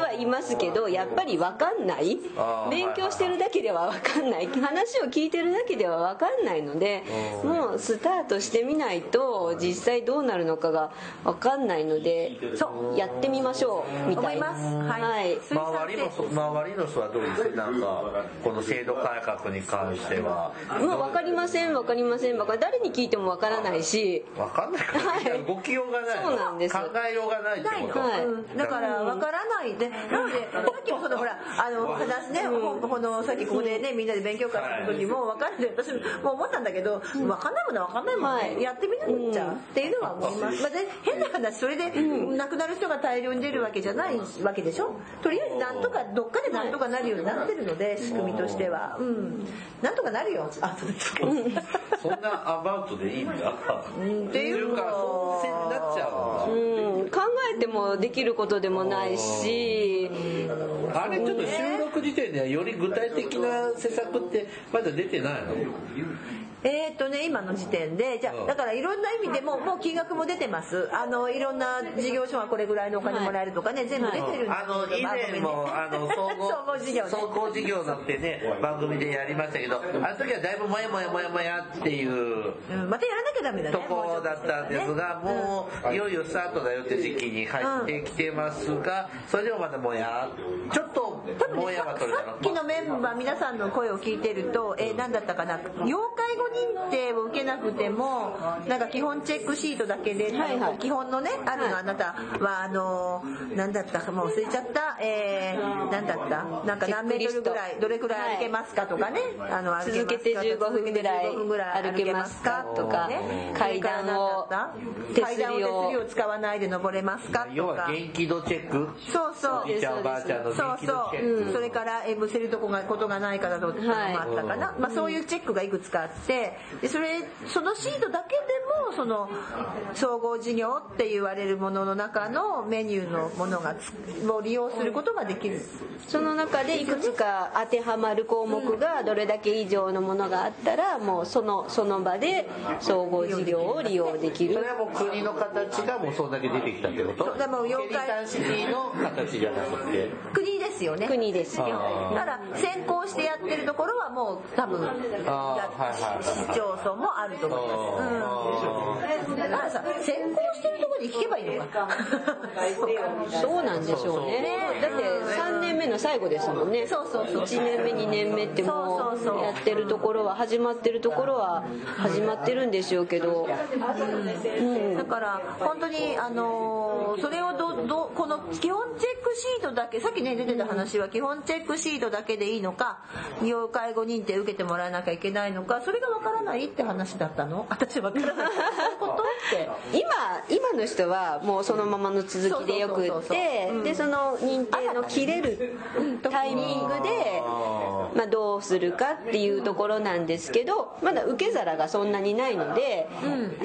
Speaker 3: はいますけどやっぱり分かんない
Speaker 4: あー
Speaker 3: 勉強してるだけでは分かんない話を聞いてるだけでは分かんないのでもうスタートしてみないと実際どうなるのかが分かんないので
Speaker 2: そう
Speaker 3: やってみましょうみたいな
Speaker 2: 思いますはい
Speaker 3: はい
Speaker 4: 周りの人周りの人はどうですなんかこの制度改革に関しては
Speaker 3: もう分かりません分かりません分か誰に聞いても分からないし
Speaker 4: 分かんないから、
Speaker 3: はい
Speaker 4: 動きようがない
Speaker 3: そうなんです
Speaker 4: 考えようがないって
Speaker 2: ない
Speaker 4: こ
Speaker 2: の、
Speaker 4: と、
Speaker 3: はい
Speaker 2: うんだからわからないでなのでさっきもそのほらあの話ね、ほんこのさっきここでねみんなで勉強会の時もわかるで私も思ったんだけどわかんないものはわかんないもんね、
Speaker 3: はい
Speaker 2: やってみなくっちゃ、
Speaker 3: うん
Speaker 2: っていうのは思います、まあで変な話それで亡くなる人が大量に出るわけじゃないわけでしょとりあえずなんとかどっかでなんとかなるようになってるので仕組みとしてはうんなんとかなるよあそうですか
Speaker 4: そんなアバウトでいいんだ
Speaker 2: んっていうか
Speaker 4: かそうせんなっちゃう
Speaker 3: うん考えてもできることでもないし
Speaker 4: んだあれちょっと収録時点ではより具体的な施策ってまだ出てないの
Speaker 2: えーっとね、今の時点で、じゃ
Speaker 4: うん
Speaker 2: あ、だからいろんな意味でもう、もう金額も出てます。あの、いろんな事業所はこれぐらいのお金もらえるとかね、全部出てるんですけど
Speaker 4: あの以前も
Speaker 2: ま
Speaker 4: あ
Speaker 2: あごめん
Speaker 4: の
Speaker 2: ね
Speaker 4: 総合
Speaker 2: 総合事業ね
Speaker 4: 総合事業だってね番組でやりましたけどあの時はだいぶもやもやもやもやっていう
Speaker 2: うんまたやらなきゃダメだね。
Speaker 4: ところだったんですが
Speaker 2: もうちょっとね
Speaker 4: もういよいよスタートだよって時期に入ってきてますがそれでもまだもやちょっと
Speaker 2: 多分
Speaker 4: も
Speaker 2: ね
Speaker 4: や
Speaker 2: さ
Speaker 4: は取れた
Speaker 2: さっき
Speaker 4: の
Speaker 2: のメンバー皆さんの声を聞いてると、えー、何だったかな要介護認定を受けなくてもなんか基本チェックシートだけで、
Speaker 3: はいはい
Speaker 2: 基本のねあるのあなたはあのー何だったかもう忘れちゃった、えー、何だったなんか何メートルぐらいどれぐらい歩けますかとかね、あの歩
Speaker 3: 続けて15分ぐらい
Speaker 2: 続けて15分ぐらい
Speaker 3: 歩けますかとか
Speaker 2: ね
Speaker 3: 階段
Speaker 2: そ
Speaker 3: を
Speaker 2: れから何だった
Speaker 3: 手すりを
Speaker 2: 階段を手すりを使わないで登れますか
Speaker 4: 要
Speaker 2: と
Speaker 4: は
Speaker 2: か
Speaker 4: 元気度チェック
Speaker 2: そうそう
Speaker 4: おじいちゃんおばあちゃんの
Speaker 2: そ
Speaker 4: 元
Speaker 2: う
Speaker 4: 気
Speaker 2: そ
Speaker 4: 度チェ
Speaker 2: う、
Speaker 4: ッ
Speaker 2: それからえーむせるとこがことがないからどうっていうのもあったかな、まあ、そういうチェックがいくつかあってでそれそのシートだけでもその総合事業って言われるものの中のメニューのものがつを利用することができる
Speaker 3: その中でいくつか当てはまる項目がどれだけ以上のものがあったらもうそのその場で総合事業を利用でき
Speaker 4: クそ
Speaker 3: る
Speaker 4: れはもう国の形がもうそんだけ出てきたってこと
Speaker 2: うでも妖
Speaker 4: ケリ
Speaker 2: 怪
Speaker 4: タンシティの形じゃなくて
Speaker 2: 国ですよね
Speaker 3: 国ですよ
Speaker 4: あー
Speaker 2: だから先行してやってるところはもう多分
Speaker 4: あー
Speaker 2: や
Speaker 4: はいはいはい
Speaker 2: 市市町村もあると思います、うん、だからさ先行してるところに聞けばいいのか
Speaker 3: そうなんでしょうねだって3年目の最後ですもんね
Speaker 2: そうそうそう
Speaker 3: 1年目2年目っても
Speaker 2: そうそうそう
Speaker 3: うやってるところは始まってるところは始まってるんでしょうけど
Speaker 2: だから本当にあのーそれをどどこの基本チェックシートだけさっきね出てた話は基本チェックシートだけでいいのか要介護認定受けてもらわなきゃいけないのかそれがわからないって話だったの私わからないそういうことって
Speaker 3: 今今の人はもうそのままの続きでよく
Speaker 2: そうそう
Speaker 3: っ
Speaker 2: そう
Speaker 3: てでその認定の切れるタイミングで、まあ、どうするかっていうところなんですけどまだ受け皿がそんなにないので、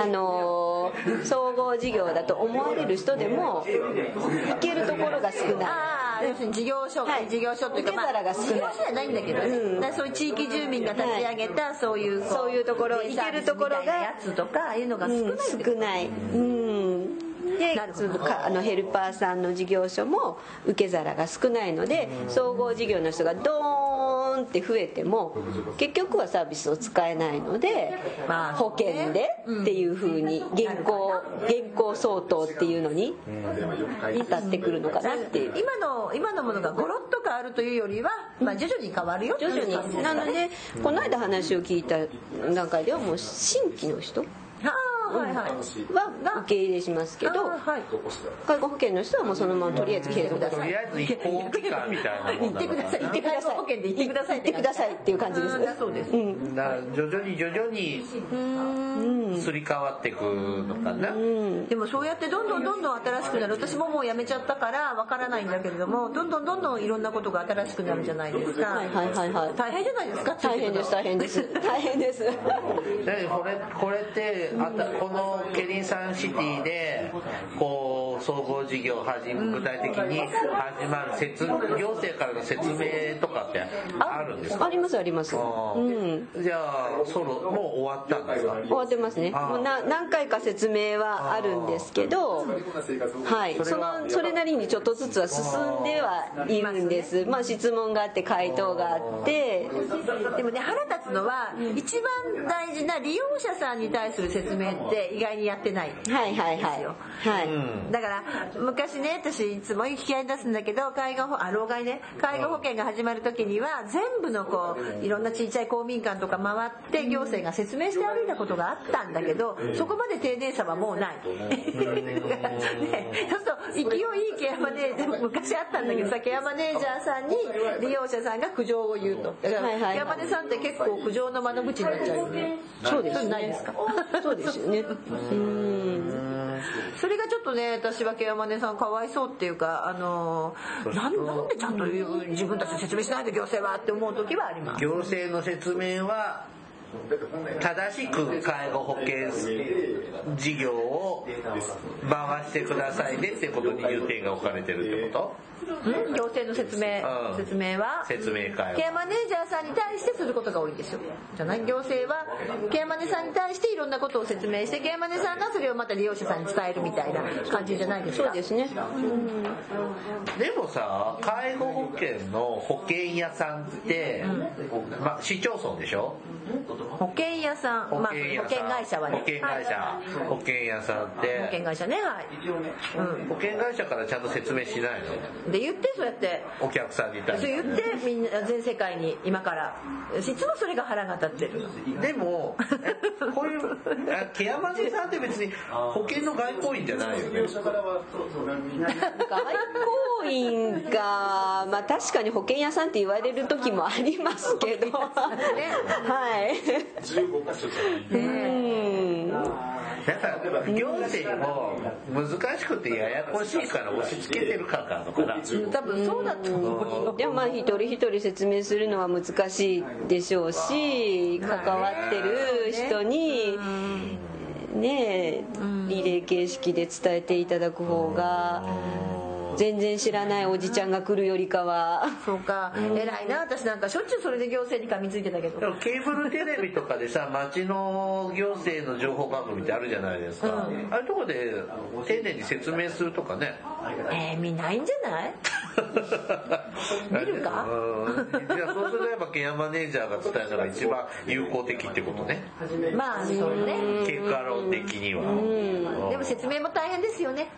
Speaker 3: あのー総合事業だと思われる人でも行けるところが少ない。
Speaker 2: ああ要するに事業所、
Speaker 3: はい
Speaker 2: 事業所っていうか、
Speaker 3: 受け皿が少ない
Speaker 2: 事業所じゃないんだけどね、
Speaker 3: う
Speaker 2: だ
Speaker 3: ん
Speaker 2: からそういう地域住民が立ち上げた、そういうこ
Speaker 3: そういうところ
Speaker 2: デイ
Speaker 3: 行
Speaker 2: サー
Speaker 3: け
Speaker 2: ビ
Speaker 3: る
Speaker 2: ス
Speaker 3: と
Speaker 2: みた
Speaker 3: ころが
Speaker 2: いなやつとかああいうのが少ないんだ
Speaker 3: うん
Speaker 2: けど
Speaker 3: 少ない、うん、で
Speaker 2: なるほど
Speaker 3: そのかあのヘルパーさんの事業所も受け皿が少ないので総合事業の人がドーンって増えても結局はサービスを使えないので、
Speaker 2: まあ
Speaker 3: 保険でっていうふうに現行現行相当っていうのに至ってくるのかなっていう。
Speaker 2: 今の今のものがゴロッと変わるというよりは、まあ、徐々に変わるよ
Speaker 3: 徐々になのでこの間話を聞いた段階ではもう新規の人
Speaker 2: あーはいはい
Speaker 3: は受け入れしますけど
Speaker 2: あーはい
Speaker 3: 介護保険の人はもうそのままとりあえず継続だ
Speaker 4: と
Speaker 3: さ
Speaker 4: り
Speaker 3: い
Speaker 4: あえず移行期間みたい
Speaker 2: 行
Speaker 4: なもん
Speaker 2: っ
Speaker 4: な
Speaker 2: てく
Speaker 4: のか
Speaker 2: ださい行
Speaker 4: な
Speaker 2: ってください保険で行ってください
Speaker 3: 行ってくださいっていう感じです
Speaker 2: うんだそうです
Speaker 3: うん
Speaker 4: だから徐々に徐々にすり替わっていくのかな、
Speaker 2: でもそうやってどんどんどんどん新しくなる私ももうやめちゃったからわからないんだけれどもどんどんどんどんいろんなことが新しくなるじゃないですか
Speaker 3: はいはいはいはい
Speaker 2: 大変じゃないですか
Speaker 3: 大変です大変です大変です
Speaker 4: だけどこれこれってあたこのケリンサンシティでこう総合事業をはじ具体的に始まる説行政からの説明とかってあるんですか
Speaker 3: ありますあります
Speaker 4: あ
Speaker 3: う
Speaker 4: ー
Speaker 3: ん
Speaker 4: じゃあそろもう終わったんですか
Speaker 3: 終わってますね
Speaker 4: あー
Speaker 3: もうな何回か説明はあるんですけどはいそのそれなりにちょっとずつは進んではいるんですまあ質問があって回答があって
Speaker 2: でもね腹立つのは一番大事な利用者さんに対する説明って意外にやってない
Speaker 3: はいはいはいはい、
Speaker 2: だから昔ね私いつも引き合いに出すんだけど介護保あ老害ね介護保険が始まる時には全部のこういろんなちっちゃい公民館とか回って行政が説明して歩いたことがあったんだけどそこまで丁寧さはもうない。だからねそうすると勢いいいケアマネージャー昔あったんだけどさケアマネージャーさんに利用者さんが苦情を言うとだから
Speaker 3: はいはいはい
Speaker 2: ケアマネさんって結構苦情の窓口になっちゃうよね
Speaker 3: そうです
Speaker 2: そ
Speaker 3: ね
Speaker 2: れないですか
Speaker 3: そうですよねうん
Speaker 2: それがちょっとね私はケアマネさんかわいそうっていうかあのーなんなんでちゃんと言う自分たちで説明しないと行政はって思う時はあります
Speaker 4: 行政の説明は正しく介護保険事業を回してくださいねってことに重点が置かれてるってこ
Speaker 2: ん行政の説明
Speaker 4: うん
Speaker 2: 説明は
Speaker 4: と説明会
Speaker 2: ケ
Speaker 4: は
Speaker 2: アマネージャーさんに対してすることが多いんですよじゃない行政はケアマネさんに対していろんなことを説明してケアマネさんがそれをまた利用者さんに伝えるみたいな感じじゃないですか
Speaker 3: そうですね
Speaker 4: でもさ介護保険の保険屋さんって、まあ、市町村でしょ
Speaker 2: 保険屋さん
Speaker 4: 保
Speaker 2: まあ、
Speaker 4: 険屋
Speaker 2: 保
Speaker 4: さん
Speaker 2: 険会社はね
Speaker 4: 保険会
Speaker 2: はい
Speaker 4: 社保険屋さんっ
Speaker 2: 保険
Speaker 4: て
Speaker 2: 会社ねはい、
Speaker 4: 保険会社からちゃんと説明しないの
Speaker 2: うん、で言ってそうやって
Speaker 4: お客さんに対し
Speaker 2: そう
Speaker 4: て
Speaker 2: 言ってみんな全世界に今からいつもそれが腹が立ってるの
Speaker 4: でもえこういうあケアマネさんって別に保険の外交員じゃないよね
Speaker 3: 外交員が、まあ、確かに保険屋さんって言われる時もありますけど、はい、うん
Speaker 4: なんか行政も難しくてややこしいから押し付けてる感があるのかな
Speaker 2: 多分そうだと思うよ
Speaker 3: でもまあ一人一人説明するのは難しいでしょうし関わってる人にねえリレー形式で伝えていただく方が全然知らないおじちゃんが来るよりかは
Speaker 2: そうか偉いな私なんかしょっちゅうそれで行政に噛みついてたけど
Speaker 4: でもケーブルテレビとかでさ町の行政の情報番組ってあるじゃないですか、ああいうとこで丁寧に説明するとかね
Speaker 2: えー、見ないんじゃない見るか
Speaker 4: うんいやそうするとやっぱケアマネージャーが伝えるのが一番有効的ってことね
Speaker 2: まあそうね
Speaker 4: 結果論的にはうん
Speaker 2: でも説明も大変ですよね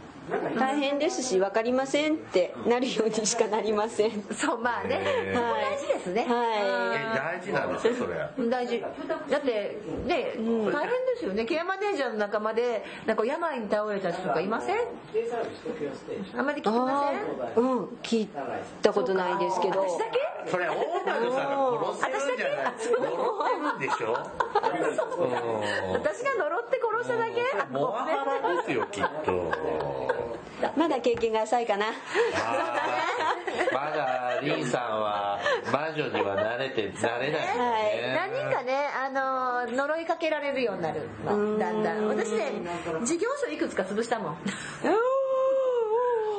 Speaker 3: 大変ですし分かりませんってなるようにしかなりません
Speaker 2: そうまあね
Speaker 4: へー
Speaker 2: そこ大事ですね
Speaker 4: え
Speaker 3: は
Speaker 4: 大事なんですよそれ
Speaker 2: 大事だってね大変ですよねケアマネージャーの仲間でなんか病に倒れた人とかいませんあんまり聞
Speaker 3: い
Speaker 2: きません
Speaker 3: あーうん聞いたことないですけど
Speaker 2: 私だけ
Speaker 4: それ女のさんが殺せるんじゃない殺せるんで しょうん
Speaker 2: 私が呪って殺しただけ
Speaker 4: モワハラですよきっと
Speaker 3: まだ経験が浅いかな
Speaker 4: まだリンさんは魔女には慣れて慣れないよね
Speaker 2: 何人かね、あのー呪いかけられるようになるのだんだん私ね事業所いくつか潰したもん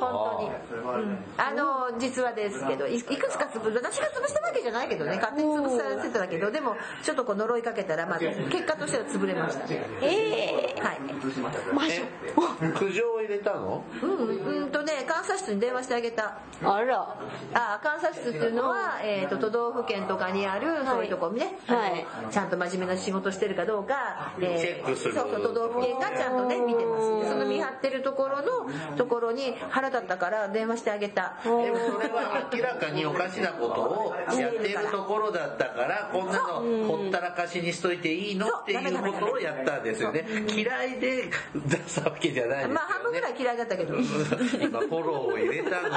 Speaker 2: 本当に あのー実話ですけどいいくつか潰私が潰したわけじゃないけどね勝手に潰されてたけどでもちょっとこう呪いかけたら、まあ、結果としては潰れましたね
Speaker 3: ええ
Speaker 2: はい
Speaker 3: 魔女
Speaker 4: え苦情を入れたの
Speaker 2: うんうんとね監査室に電話してあげた
Speaker 3: あら
Speaker 2: あ監査室っていうのは、えー、と都道府県とかにあるそういうとこね、
Speaker 3: はい
Speaker 2: あのちゃんと真面目な仕事してるかどうか、えー
Speaker 4: チェックする
Speaker 2: そうそう都道府県がちゃんとね見てますでその見張ってるところのところに腹立ったから電話してあげた
Speaker 4: でもそれは明らかにおかしなことをやってるところだったからこんなのほったらかしにしといていいのっていうことをやったんですよね嫌いで出したわけじゃないですよね
Speaker 2: まあ半分ぐらい嫌いだったけど基本
Speaker 4: 今フォローを入れたのに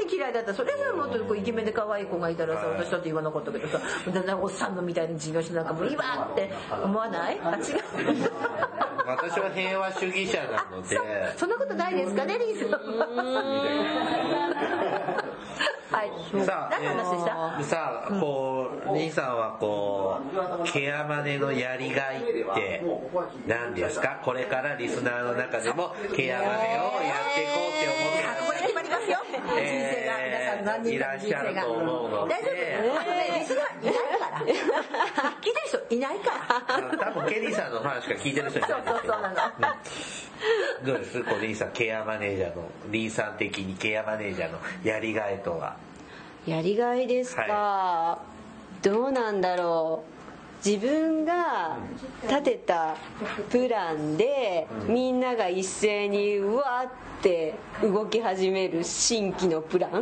Speaker 2: 的に嫌いだったそれでもっとこうイケメンで可愛い子がいたらさ
Speaker 4: はい
Speaker 2: 私だって言わなかったけどさだんだんおっさんのみたいな事業してなんかもういいわって思わないあ違う
Speaker 4: 私は平和主義者なので
Speaker 2: そんなことないですかねリーさん はい
Speaker 4: さあ
Speaker 2: 何の話でした
Speaker 4: さあこう兄さんはこうケアマネのやりがいって何ですかこれからリスナーの中でもケアマネをやっていこうって思ってらっ
Speaker 2: こ
Speaker 4: しゃる
Speaker 2: こで決まりますよ 人生が皆
Speaker 4: え
Speaker 2: さん何
Speaker 4: ー
Speaker 2: 人
Speaker 4: い
Speaker 2: からの人
Speaker 4: っしゃ
Speaker 2: 生
Speaker 4: る
Speaker 2: が
Speaker 4: と思う
Speaker 2: 大
Speaker 4: ので
Speaker 2: 丈夫あのねリスナーいないから聞いてる人いないから
Speaker 4: 多分ケリーさんのファンしか聞いてる人い
Speaker 2: そ
Speaker 4: な
Speaker 2: う
Speaker 4: いん
Speaker 2: そ
Speaker 4: で
Speaker 2: う
Speaker 4: すけど
Speaker 2: そうなの
Speaker 4: どうですこうリーさんケアマネージャーのリーさん的にケアマネージャーのやりがいとは
Speaker 3: やりがいですか、
Speaker 4: は
Speaker 3: どうなんだろう自分が立てたプランでみんなが一斉にうわーって動き始める新規のプラン
Speaker 2: な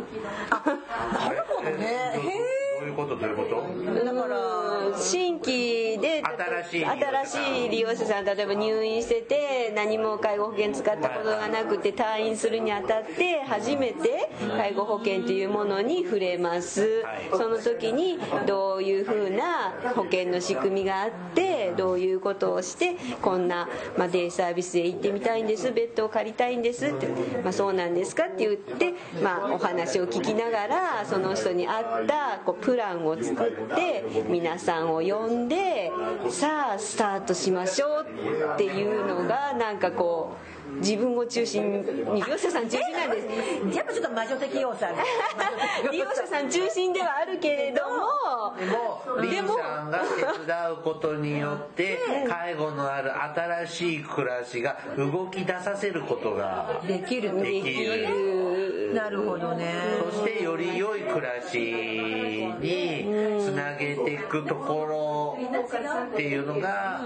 Speaker 2: るほどねへえ
Speaker 4: どういうことどういうこと
Speaker 2: だから
Speaker 3: うん新規で
Speaker 4: 新しい利用者さん
Speaker 3: 新しい利用者さん例えば入院してて何も介護保険使ったことがなくて退院するにあたって初めて介護保険というものに触れます
Speaker 4: はい
Speaker 3: その時にどういうふうな保険の仕組みがあってどういうことをしてこんな、まあ、デイサービスへ行ってみたいんですベッドを借りたいんですって、まあ、そうなんですかって言って、まあ、お話を聞きながらその人に合ったこうプランを作って皆さんを呼んでさあスタートしましょうっていうのがなんかこう自分を中心に利用者さん中心な んです。
Speaker 2: やっぱちょっと魔女的要素ある
Speaker 3: 利用者さん中心ではあるけれども
Speaker 4: でもリーさんが手伝うことによって介護のある新しい暮らしが動き出させることが
Speaker 2: できる
Speaker 4: できる
Speaker 2: なるほどね
Speaker 4: そしてより良い暮らしにつなげていくところっていうのが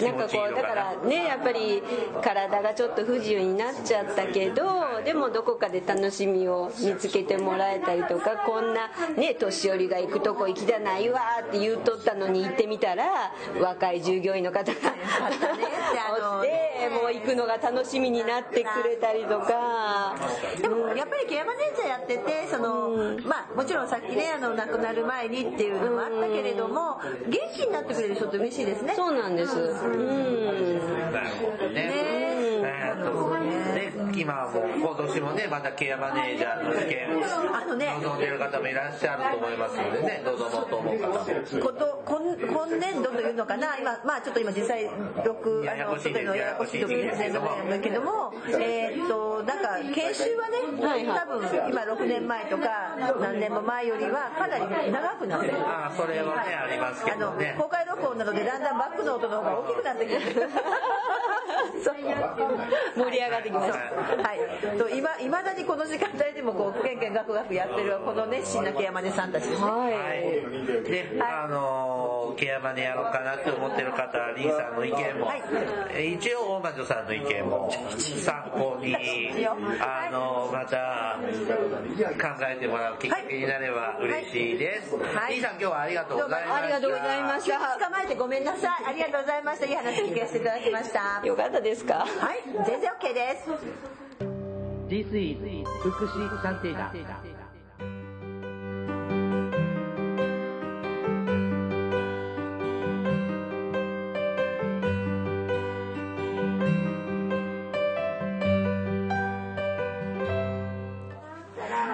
Speaker 3: なんかこうだからねやっぱり体がちょっと不自由になっちゃったけどでもどこかで楽しみを見つけてもらえたりとかこんなね年寄りが行くとこ行きたないわーって言うとったのに行ってみたら若い従業員の方が おってもう行くのが楽しみになってくれたりとか。
Speaker 2: でもやっぱりケアマネージャーやっててその、まあ、もちろんさっきねあの亡くなる前にっていうのもあったけれども元気になってくれる人って嬉しいですね
Speaker 3: そうなんです。うん。
Speaker 4: なるほどね。えーっとで今はもう今年もねまたケアマネージャーの試験
Speaker 2: あのね
Speaker 4: 望んでる方もいらっしゃると思いますのでね望もうと思う方も
Speaker 2: こと今今年度というのかな今まあちょっと今実際録
Speaker 4: や
Speaker 2: あ
Speaker 4: や
Speaker 2: の
Speaker 4: こしいです
Speaker 2: 外のややこしい時ですねだけどもえーっとなんか研修はね、
Speaker 3: はいはい
Speaker 2: 多分今6年前とか何年も前よりはかなり長くなってる。
Speaker 4: ああそれはねありますけ
Speaker 2: あの
Speaker 4: どね
Speaker 2: 公開録音などでだんだんバックの音の方が大きくなってきてそう
Speaker 3: 盛り上がってきました。
Speaker 2: はいといまいまだにこの時間帯でもこうケンケンガクガクやってるこの熱心なケアマネさんたちですね
Speaker 4: はい、で、あのーケアマネやろうかなって思ってる方はリーさんの意見も、え一応大魔女さんの意見も参考に
Speaker 2: 一応
Speaker 4: あのーまた考えてもらうきっかけになれば嬉しいです、
Speaker 2: はい
Speaker 4: リーさん今日はありがとうございました
Speaker 3: ありがとうございまし
Speaker 2: 急に
Speaker 3: た。
Speaker 2: 捕まえてごめんなさいありがとうございましたいい話聞かせていただきましたは
Speaker 3: よかったですか。
Speaker 2: い全然 OK です
Speaker 5: This is 福祉探偵団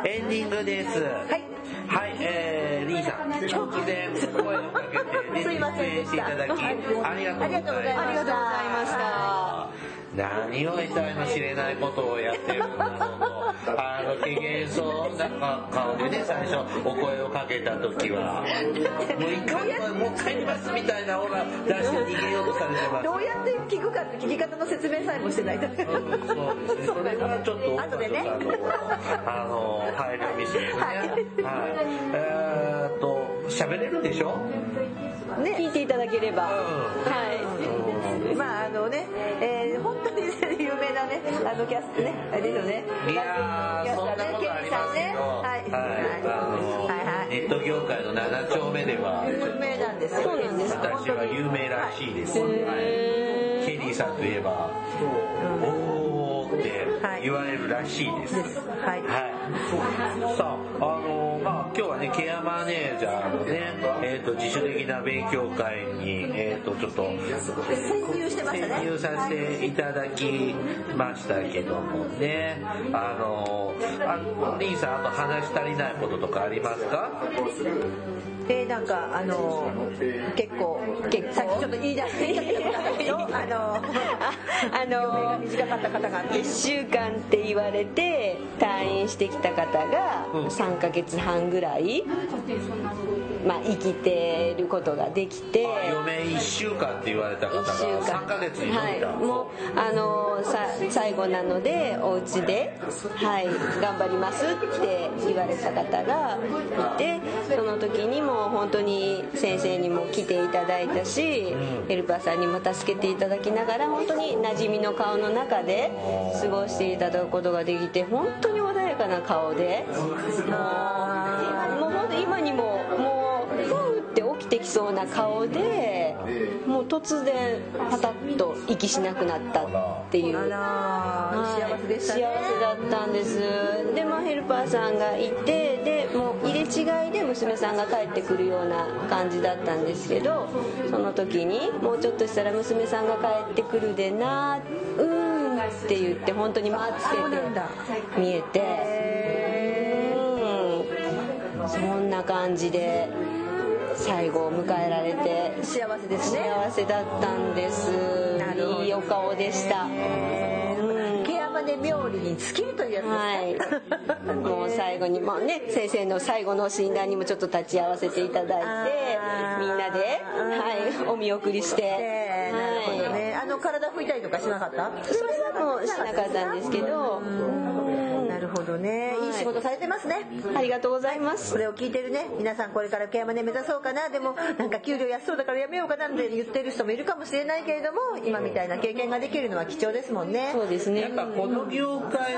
Speaker 4: エンディングです。はい。えー、リーさん、突然声をかけて、
Speaker 2: すいません
Speaker 4: 出
Speaker 2: で
Speaker 4: 演
Speaker 2: し
Speaker 4: してい
Speaker 2: た
Speaker 4: ただき、ありがとうござい
Speaker 2: あ
Speaker 3: あ
Speaker 2: りが
Speaker 3: りが
Speaker 4: ま
Speaker 2: とう
Speaker 3: とう
Speaker 2: ご
Speaker 3: ご
Speaker 2: ざ
Speaker 3: ざ
Speaker 2: い
Speaker 3: い
Speaker 2: ま
Speaker 3: ま
Speaker 2: し
Speaker 3: したた。
Speaker 4: す。何を得たいの知れないことをやってるんだろうと。あの、機嫌そうな顔でね、最初、お声をかけた時は、もう一回、もう一回やりますみたいなオーラ出して逃げようとされてます
Speaker 2: ど。うやって聞くかって聞き方の説明さえもしてないと
Speaker 4: そうですね。それからちょっと大場
Speaker 2: 後でね
Speaker 4: さんのあの配慮見せですね。はい。えーっと喋れるでしょ？
Speaker 3: 聞いていただければ。
Speaker 4: う
Speaker 3: はい。
Speaker 2: まああのね、えー本当に有名なねあのキャストねあれですよね
Speaker 4: いやーそんなことありますけど、
Speaker 2: はい
Speaker 4: はいあのネット業界の7丁目では
Speaker 2: 有名なんですよ
Speaker 3: そうなんです
Speaker 4: 私は有名らしいです、はいケリーさんといえばおーって言われるらしいです、
Speaker 2: ですはい
Speaker 4: はいさあ、あのーまあ、今日はね、ケアマネージャーのね、えっ、と、自主的な勉強会に、えっ、と、ちょっと、
Speaker 2: 潜入してました
Speaker 4: 潜
Speaker 2: ね
Speaker 4: 入させていただきましたけどもね、あのーあ、リンさん、あと話し足りないこととかありますか
Speaker 2: でなんかあの結構
Speaker 3: 結構
Speaker 2: さっきちょっと言い出していたけどあの
Speaker 3: あの
Speaker 2: 短かった方があって
Speaker 3: 1週間って言われて退院してきた方が
Speaker 4: うん
Speaker 3: 3ヶ月半ぐらい、まあ、生きてることができて
Speaker 4: あ余命1週間って言われた方が
Speaker 3: 1週間
Speaker 4: 3ヶ月に伸
Speaker 3: は
Speaker 4: び
Speaker 3: い
Speaker 4: た、
Speaker 3: もうあのさ最後なのでお家ではい頑張りますって言われた方がいてその時にも本当に先生にも来ていただいたしヘルパーさんにも助けていただきながら本当に馴染みの顔の中で過ごしていただくことができて本当に穏やかな顔でもう本当今にももうふーって起きてきそうな顔でもう突然パタッと息しなくなったっていう
Speaker 2: あら
Speaker 3: はい
Speaker 2: 幸せでしたね
Speaker 3: 幸せだったんですでまあヘルパーさんがいてでもう入れ違いで娘さんが帰ってくるような感じだったんですけどその時にもうちょっとしたら娘さんが帰ってくるでなうーんって言って本当に待ってて
Speaker 2: そうなんだ
Speaker 3: 見えてうんそんな感じで最後を迎えられて
Speaker 2: 幸せですね
Speaker 3: 幸せだったんです
Speaker 2: なるほど
Speaker 3: いいお顔でしたうん
Speaker 2: ケアマネ冥利に尽きるというやつですね
Speaker 3: はい、もう最後にもうね先生の最後の診断にもちょっと立ち会わせていただいて
Speaker 2: あー
Speaker 3: みんなで、はい、お見送りして、
Speaker 2: ねえなるほど
Speaker 3: はい、
Speaker 2: ねあの体拭いたりとかしなかった
Speaker 3: それはもうしなかったんですけどうん
Speaker 2: なるほどね
Speaker 3: はい
Speaker 2: いい仕事されてますね
Speaker 3: ありがとうございます
Speaker 2: これを聞いてるね皆さんこれからケアマネ目指そうかなでもなんか給料安そうだからやめようかなって言ってる人もいるかもしれないけれども今みたいな経験ができるのは貴重ですもんね
Speaker 3: そうです
Speaker 4: や
Speaker 3: ね
Speaker 4: っぱこの業界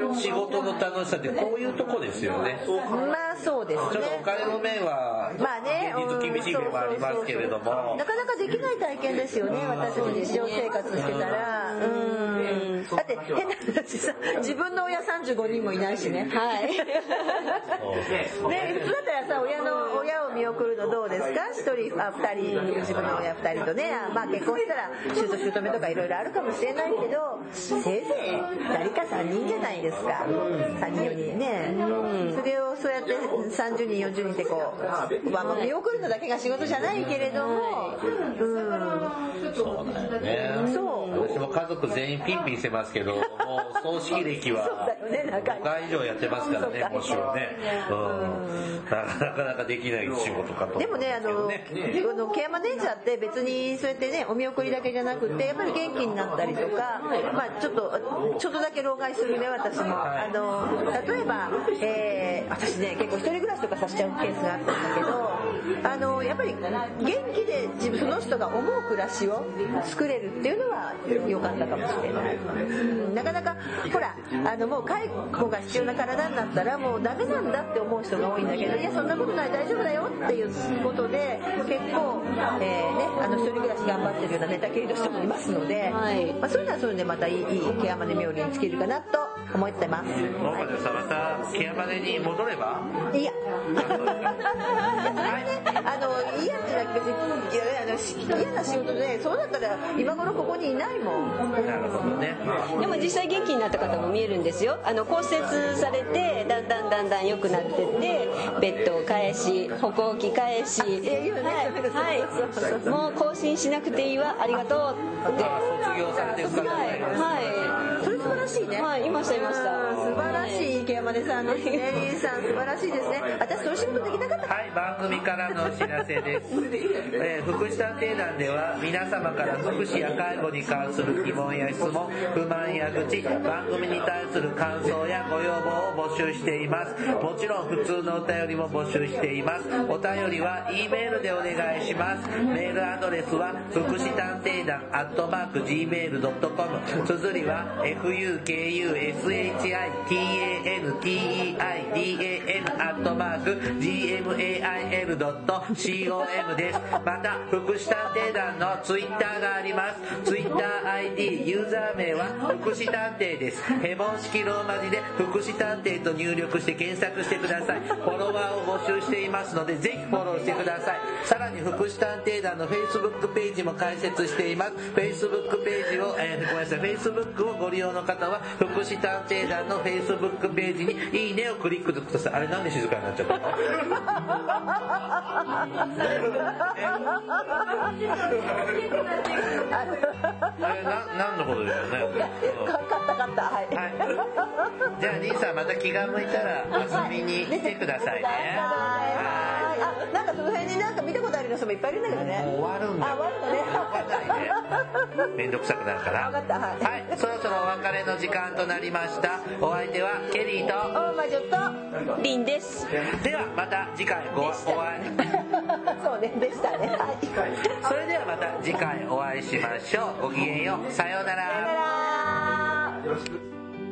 Speaker 4: の仕事の楽しさってこういうとこですよね。
Speaker 2: まあそうです
Speaker 4: ちょっとお
Speaker 2: ね
Speaker 4: 金の面は、
Speaker 2: まあね
Speaker 4: 現実厳しい面もありますけれども
Speaker 2: な、かなかできない体験ですよね私たち日常生活してたらうんだって変な話さ自分の親35人もいないしね
Speaker 3: はい
Speaker 2: ね、普通だったらさ親の親を見送るのどうですか1人あ2人自分の親2人とね、あまあ、結婚したら姑姑とかいろいろあるかもしれないけどせいぜい2人か3人じゃないですか3人4人ね、それをそうやって30人40人ってこう、まあ、まあ見送るのだけが仕事じゃないけれども、
Speaker 4: そうだよね。
Speaker 2: うんそう
Speaker 4: 私も家族全員ピンピンしてますけど、もう葬式歴は
Speaker 2: そうだよね長い
Speaker 4: 5回以上やってますからね、
Speaker 2: そうか
Speaker 4: 募集はね。うん。なかなかできない仕事かと思うんすけどね。
Speaker 2: でもねあのあのケアマネージャーって別にそうやってねお見送りだけじゃなくてやっぱり元気になったりとか、まあ、ちょっとちょっとだけ老害するね私もあの例えば、えー私ね結構一人暮らしとかさせちゃうケースがあったんだけどあのやっぱり元気で自分その人が思う暮らしを作れるっていうのは良かったかもしれない、うんなかなかほらあのもう介護が必要な体になったらもうダメなんだって思う人が多いんだけどいやそんなことない大丈夫だよっていうことで結構、えーね、あの一人暮らし頑張ってるような寝たきりの人もいますので、
Speaker 3: はい
Speaker 2: まあ、そういうのはそういうのでまたいいいいケアマネ冥利に尽きるかなと思ってます
Speaker 4: もうまでさまたケアマネに戻れば
Speaker 2: いや あの嫌じゃなくて別にいやあのし嫌な仕事でそうだったら今頃ここにいないもん
Speaker 4: なるほどね。
Speaker 3: でも実際元気になった方も見えるんですよあの骨折されてだんだんだんだん良くなってってベッドを返し歩行器返し、はい
Speaker 2: やいいよね
Speaker 3: はい、もう更新しなくていいわありがとうって
Speaker 4: あ卒業されてる方
Speaker 3: はい
Speaker 4: がい
Speaker 2: それ素晴
Speaker 3: は
Speaker 4: ます
Speaker 2: らしいね。
Speaker 3: い、はい、いましたいました
Speaker 2: あー素晴らしい池山根さんのね、リンさん素晴らしいですね。私そういう仕事できなかった。
Speaker 4: はい、番組からのお知らせです。えー福祉探偵団では皆様から福祉や介護に関する疑問や質問、不満や愚痴、番組に対する感想やご要望を募集しています。もちろん普通のお便りも募集しています。お便りは E メールでお願いします。メールアドレスは福祉探偵団アットマーク Gmail.com。綴りは fukushitansedan fukushitanteidan.gmail.com です。また、福祉探偵団のツイッターがあります。ツイッター ID、ユーザー名は福祉探偵です。ヘボン式ローマ字で福祉探偵と入力して検索してください。フォロワーを募集していますので、ぜひフォローしてください。さらに、福祉探偵団の Facebook ページも開設しています。Facebook ページを、えーごめんなさい、Facebook をご利用の方は、福祉探偵団の Facebook ページに、いいねをクリックください。あれ、なんで静かになっちゃったのあれ、な、何のことですよね。うん
Speaker 2: かったかったはい、
Speaker 4: はい。じゃあ、兄さんまた気が向いたら遊びに来てくださいね。は
Speaker 2: はいあなんかその辺になんか見たことあるの人もいっぱいいるんだけど
Speaker 4: い。もう
Speaker 2: ね
Speaker 4: 終わるんだ
Speaker 2: あ
Speaker 4: よ。
Speaker 2: 終わるのね
Speaker 4: ないね。めんどくさくなるから。
Speaker 2: わかったはい
Speaker 4: はい、そろそろお別れの時間となりました。お相手はケリーと。
Speaker 2: おまあちょっと
Speaker 3: リンです
Speaker 4: では、また次回ご、お会い。
Speaker 2: そうねでしたねはいさよ
Speaker 4: それではまた次回お会いしましょう。ごきげんよう。さようなら。
Speaker 2: なら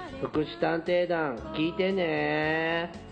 Speaker 6: 福祉探偵団聞いてねー